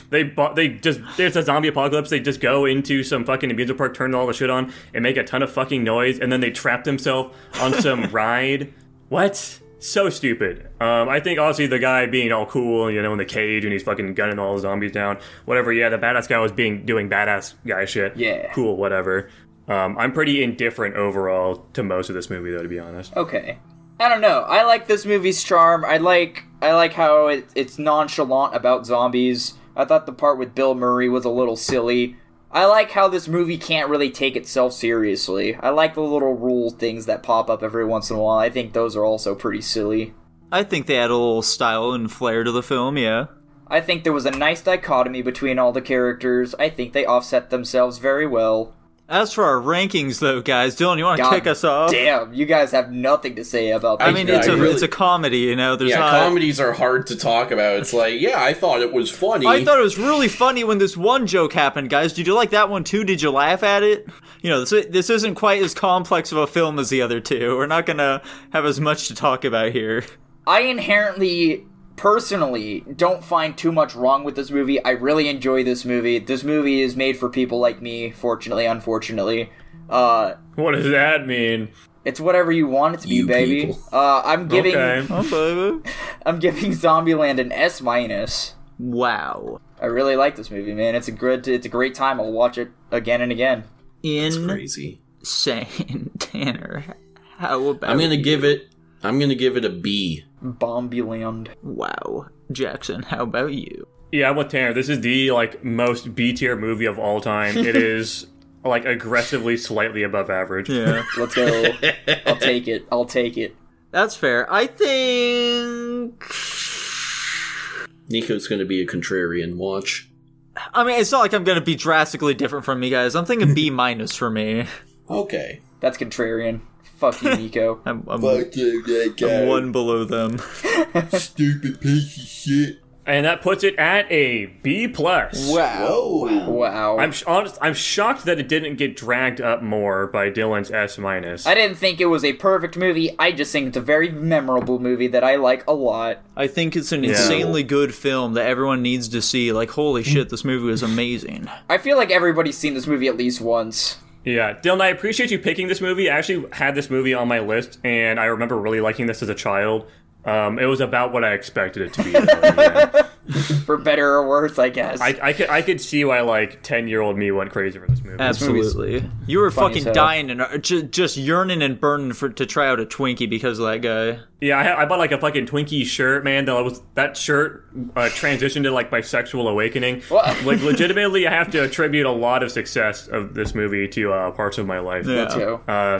C: they bought they just there's a zombie apocalypse. They just go into some fucking amusement park, turn all the shit on, and make a ton of fucking noise, and then they trap themselves on some ride. What? So stupid. Um, I think obviously the guy being all cool, you know, in the cage and he's fucking gunning all the zombies down, whatever. Yeah, the badass guy was being doing badass guy shit.
D: Yeah.
C: cool, whatever. Um, I'm pretty indifferent overall to most of this movie, though, to be honest.
D: Okay. I don't know. I like this movie's charm. I like I like how it, it's nonchalant about zombies. I thought the part with Bill Murray was a little silly. I like how this movie can't really take itself seriously. I like the little rule things that pop up every once in a while. I think those are also pretty silly.
A: I think they add a little style and flair to the film, yeah.
D: I think there was a nice dichotomy between all the characters. I think they offset themselves very well.
A: As for our rankings, though, guys, Dylan, you want to
D: God
A: kick us off?
D: Damn, you guys have nothing to say about this.
A: I mean,
E: Yeah,
A: it's
E: I
A: a
E: really-
A: it's a comedy, you know. There's
E: Yeah, uh,
A: not.
E: comedies are hard to talk about. It's like, yeah, I thought it was funny.
A: I thought it was really funny when this one joke happened, guys. Did you like that one too? Did you laugh at it? You know, this this isn't quite as complex of a film as the other two. We're not gonna have as much to talk about here.
D: I inherently, personally, don't find too much wrong with this movie. I really enjoy this movie. This movie is made for people like me, fortunately, unfortunately. Uh,
C: What does that mean?
D: it's whatever you want it to be,
E: You
D: baby.
E: people.
D: Uh, I'm giving
C: Okay.
D: I'm giving Zombieland an S minus.
A: wow,
D: I really like this movie, man. It's a good it's a great time. I'll watch it again and again.
E: crazy.
A: insane, Tanner. How about
E: I'm gonna give it. I'm gonna give it a B.
D: Zombieland.
A: wow, Jackson? How about you?
C: Yeah, I'm with Tanner. This is the like most B tier movie of all time. It is like aggressively slightly above average.
A: Yeah.
D: Let's go. I'll take it. I'll take it.
A: That's fair. I think.
E: Nico's gonna be a contrarian. Watch.
A: I mean, it's not like I'm gonna be drastically different from you guys. I'm thinking B minus for me.
E: Okay.
D: That's contrarian. Fuck you, Nico.
A: I'm, I'm,
E: you, that
A: I'm one below them.
E: stupid piece of shit.
C: And that puts it at a B plus.
D: wow.
E: Oh,
D: Wow.
C: I'm sh- honest. I'm shocked that it didn't get dragged up more by Dylan's S minus.
D: I didn't think it was a perfect movie. I just think it's a very memorable movie that I like a lot.
A: I think it's an insanely good film that everyone needs to see. Like, holy shit, this movie was amazing.
D: I feel like everybody's seen this movie at least once.
C: Yeah, Dylan, I appreciate you picking this movie. I actually had this movie on my list, and I remember really liking this as a child. Um, it was about what I expected it to be. though, yeah.
D: for better or worse, I guess.
C: I, I could I could see why like ten year old me went crazy for this
D: Uh,
C: movie.
A: Absolutely. You were
D: funny
A: fucking
D: as hell.
A: dying and uh, ju- just yearning and burning for to try out a Twinkie because of that guy.
C: Yeah, I, I bought like a fucking Twinkie shirt, man. That was that shirt uh, transitioned to like my sexual awakening.
D: What?
C: Like, legitimately, I have to attribute a lot of success of this movie to uh, parts of my life.
D: too.
C: Uh,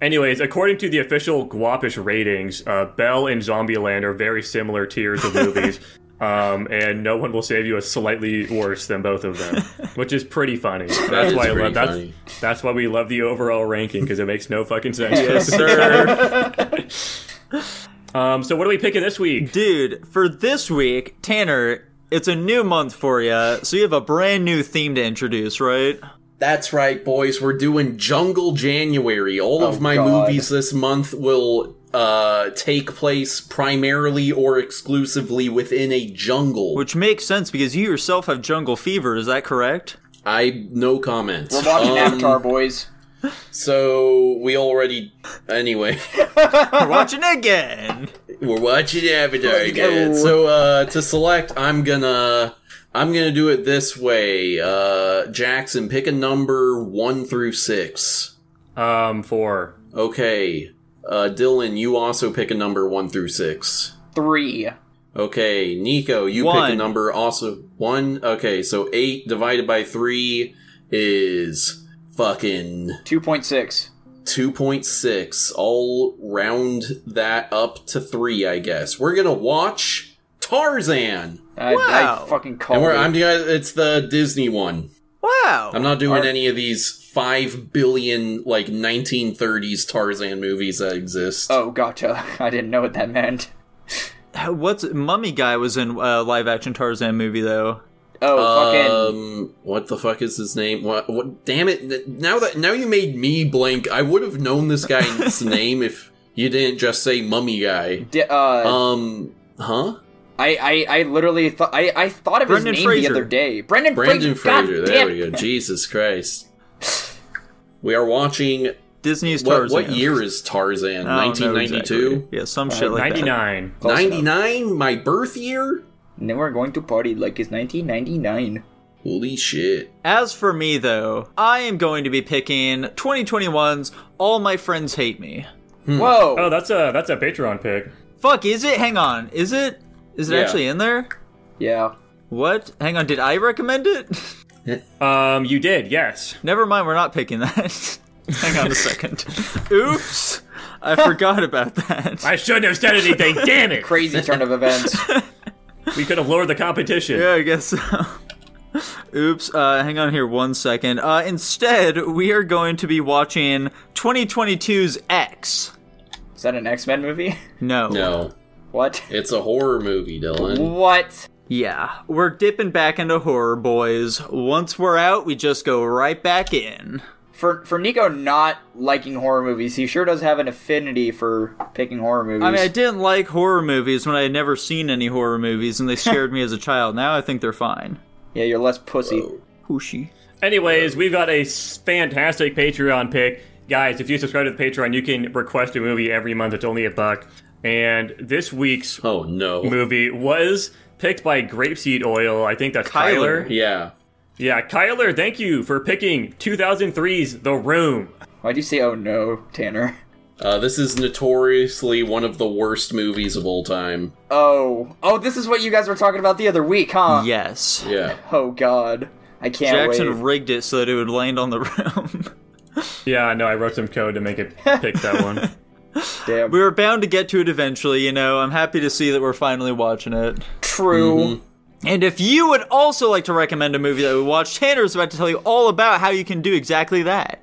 C: anyways, according to the official Guapish ratings, uh, Bell and Zombieland are very similar tiers of movies, um, and No One Will Save You is slightly worse than both of them, which is pretty funny. That's
E: is
C: why I
E: pretty
C: love that's
E: funny.
C: that's why we love the overall ranking because it makes no fucking sense.
A: Sir.
C: Um, so what are we picking this week?
A: Dude, for this week, Tanner, it's a new month for you, so you have a brand new theme to introduce, right?
E: That's right, boys. We're doing Jungle January. All of my
D: God.
E: movies this month will uh, take place primarily or exclusively within a jungle.
A: Which makes sense because you yourself have jungle fever, is that correct?
E: I no comments.
D: We're watching
E: Um,
D: Avatar, boys.
E: So we already. Anyway,
A: We're watching again!
E: we're watching Avatar again. So uh, to select, I'm gonna. I'm gonna do it this way. Uh, Jackson, pick a number one through six.
C: Um, for
E: Okay. Uh, Dylan, you also pick a number one through six.
D: Three.
E: Okay, Nico, you pick a
A: One.
E: number also one. Okay, so eight divided by three is fucking
D: 2.6.
E: two point six. I'll round that up to three, I guess. We're gonna watch Tarzan,
D: I,
A: Wow.
D: I fucking
E: and
D: called
E: we're
D: it.
E: I'm it's the Disney one.
A: Wow!
E: I'm not doing any of these five billion like 1930s Tarzan movies that exist.
D: Oh, gotcha. I didn't know what that meant.
A: What's Mummy Guy was in a live action Tarzan movie, though.
D: Oh, fucking.
E: Um, what the fuck is his name? What? What? Damn it! th- Now that now you made me blank. I would have known this guy's name if you didn't just say mummy guy.
D: Di- uh,
E: Um, huh?
D: I, I, I literally thought I, I thought of
A: Brendan
D: his name
A: Fraser.
D: the other day. Brendan,
E: Brandon
D: Fraser. God
E: Fraser.
D: damn
E: There we
D: it.
E: go. Jesus Christ. We are watching.
A: Disney's
E: What,
A: Tarzan.
E: what year is Tarzan?
A: I don't know
E: Nineteen ninety-two.
A: Oh, exactly. Yeah, some shit like
C: ninety
A: that.
C: nine.
D: Close enough.
E: Ninety-nine. My birth year.
D: And then we're going to party like it's 1999.
E: Holy shit!
A: As for me, though, I am going to be picking 2021's All My Friends Hate Me.
D: Whoa.
C: Oh, that's a that's a Patreon pick.
A: Fuck, is it? Hang on. Is it? Is it
E: Yeah.
A: actually in there?
D: yeah.
A: What? Hang on. Did I recommend it?
C: Um, you did, yes.
A: Never mind. We're not picking that. Hang on a second. Oops. I forgot about that.
C: I shouldn't have said anything. damn it!
D: Crazy turn of events.
C: We could have lowered the competition.
A: Yeah, I guess so. Oops. Uh, hang on here one second. Uh, instead, we are going to be watching 2022's X.
D: Is that an X Men movie?
A: No.
E: No,
D: What?
E: it's a horror movie, Dylan.
D: What?
A: Yeah, we're dipping back into horror, boys. Once we're out, we just go right back in.
D: For for Nico not liking horror movies, he sure does have an affinity for picking horror movies.
A: I mean, I didn't like horror movies when I had never seen any horror movies, and they scared me as a child. Now I think they're fine.
D: yeah, you're less pussy.
A: Hooshy.
C: Anyways, we've got a s- fantastic Patreon pick. Guys, if you subscribe to the Patreon, you can request a movie every month. It's only a buck. And this week's
E: Oh no.
C: movie was picked by Grapeseed Oil. I think that's Kyler.
A: Kyler.
E: Yeah.
C: Yeah, Kyler, thank you for picking 2003's The Room.
D: Why'd you say oh no, Tanner?
E: Uh, this is notoriously one of the worst movies of all time.
D: Oh. Oh, this is what you guys were talking about the other week, huh?
A: Yes.
E: Yeah.
D: Oh god. I can't
A: Jackson
D: wait.
A: rigged it so that it would land on the room.
C: Yeah, no, I wrote some code to make it pick that one.
D: Damn.
A: we were bound to get to it eventually, you know. I'm happy to see that we're finally watching it.
D: True.
A: And if you would also like to recommend a movie that we watched, Tanner's about to tell you all about how you can do exactly that.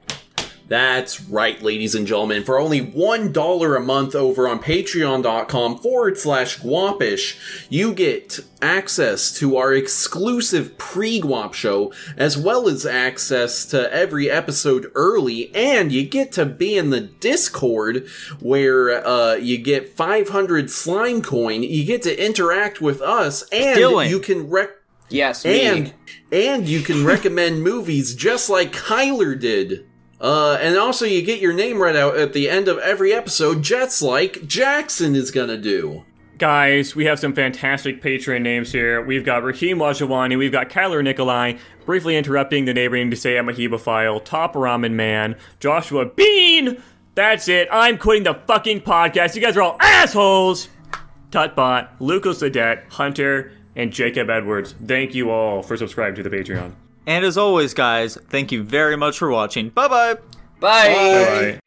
E: That's right, ladies and gentlemen. For only $1 a month over on patreon.com forward slash guapish, you get access to our exclusive pre guap show, as well as access to every episode early, and you get to be in the Discord where uh, you get 500 slime coin, you get to interact with us, and
A: Dylan.
E: you can rec.
D: Yes, me.
E: and and you can recommend movies just like Kyler did. Uh, and also, you get your name read out at the end of every episode, just like Jackson is gonna do.
C: Guys, we have some fantastic patron names here. We've got Raheem Wajawani, we've got Kyler Nikolai, briefly interrupting the neighboring to say I'm a Hebophile, Top Ramen Man, Joshua Bean! That's it, I'm quitting the fucking podcast. You guys are all assholes! Tutbot, Lucas Ledet, Hunter, and Jacob Edwards. Thank you all for subscribing to the Patreon.
A: And as always, guys, thank you very much for watching. Bye bye.
D: Bye.
C: Bye.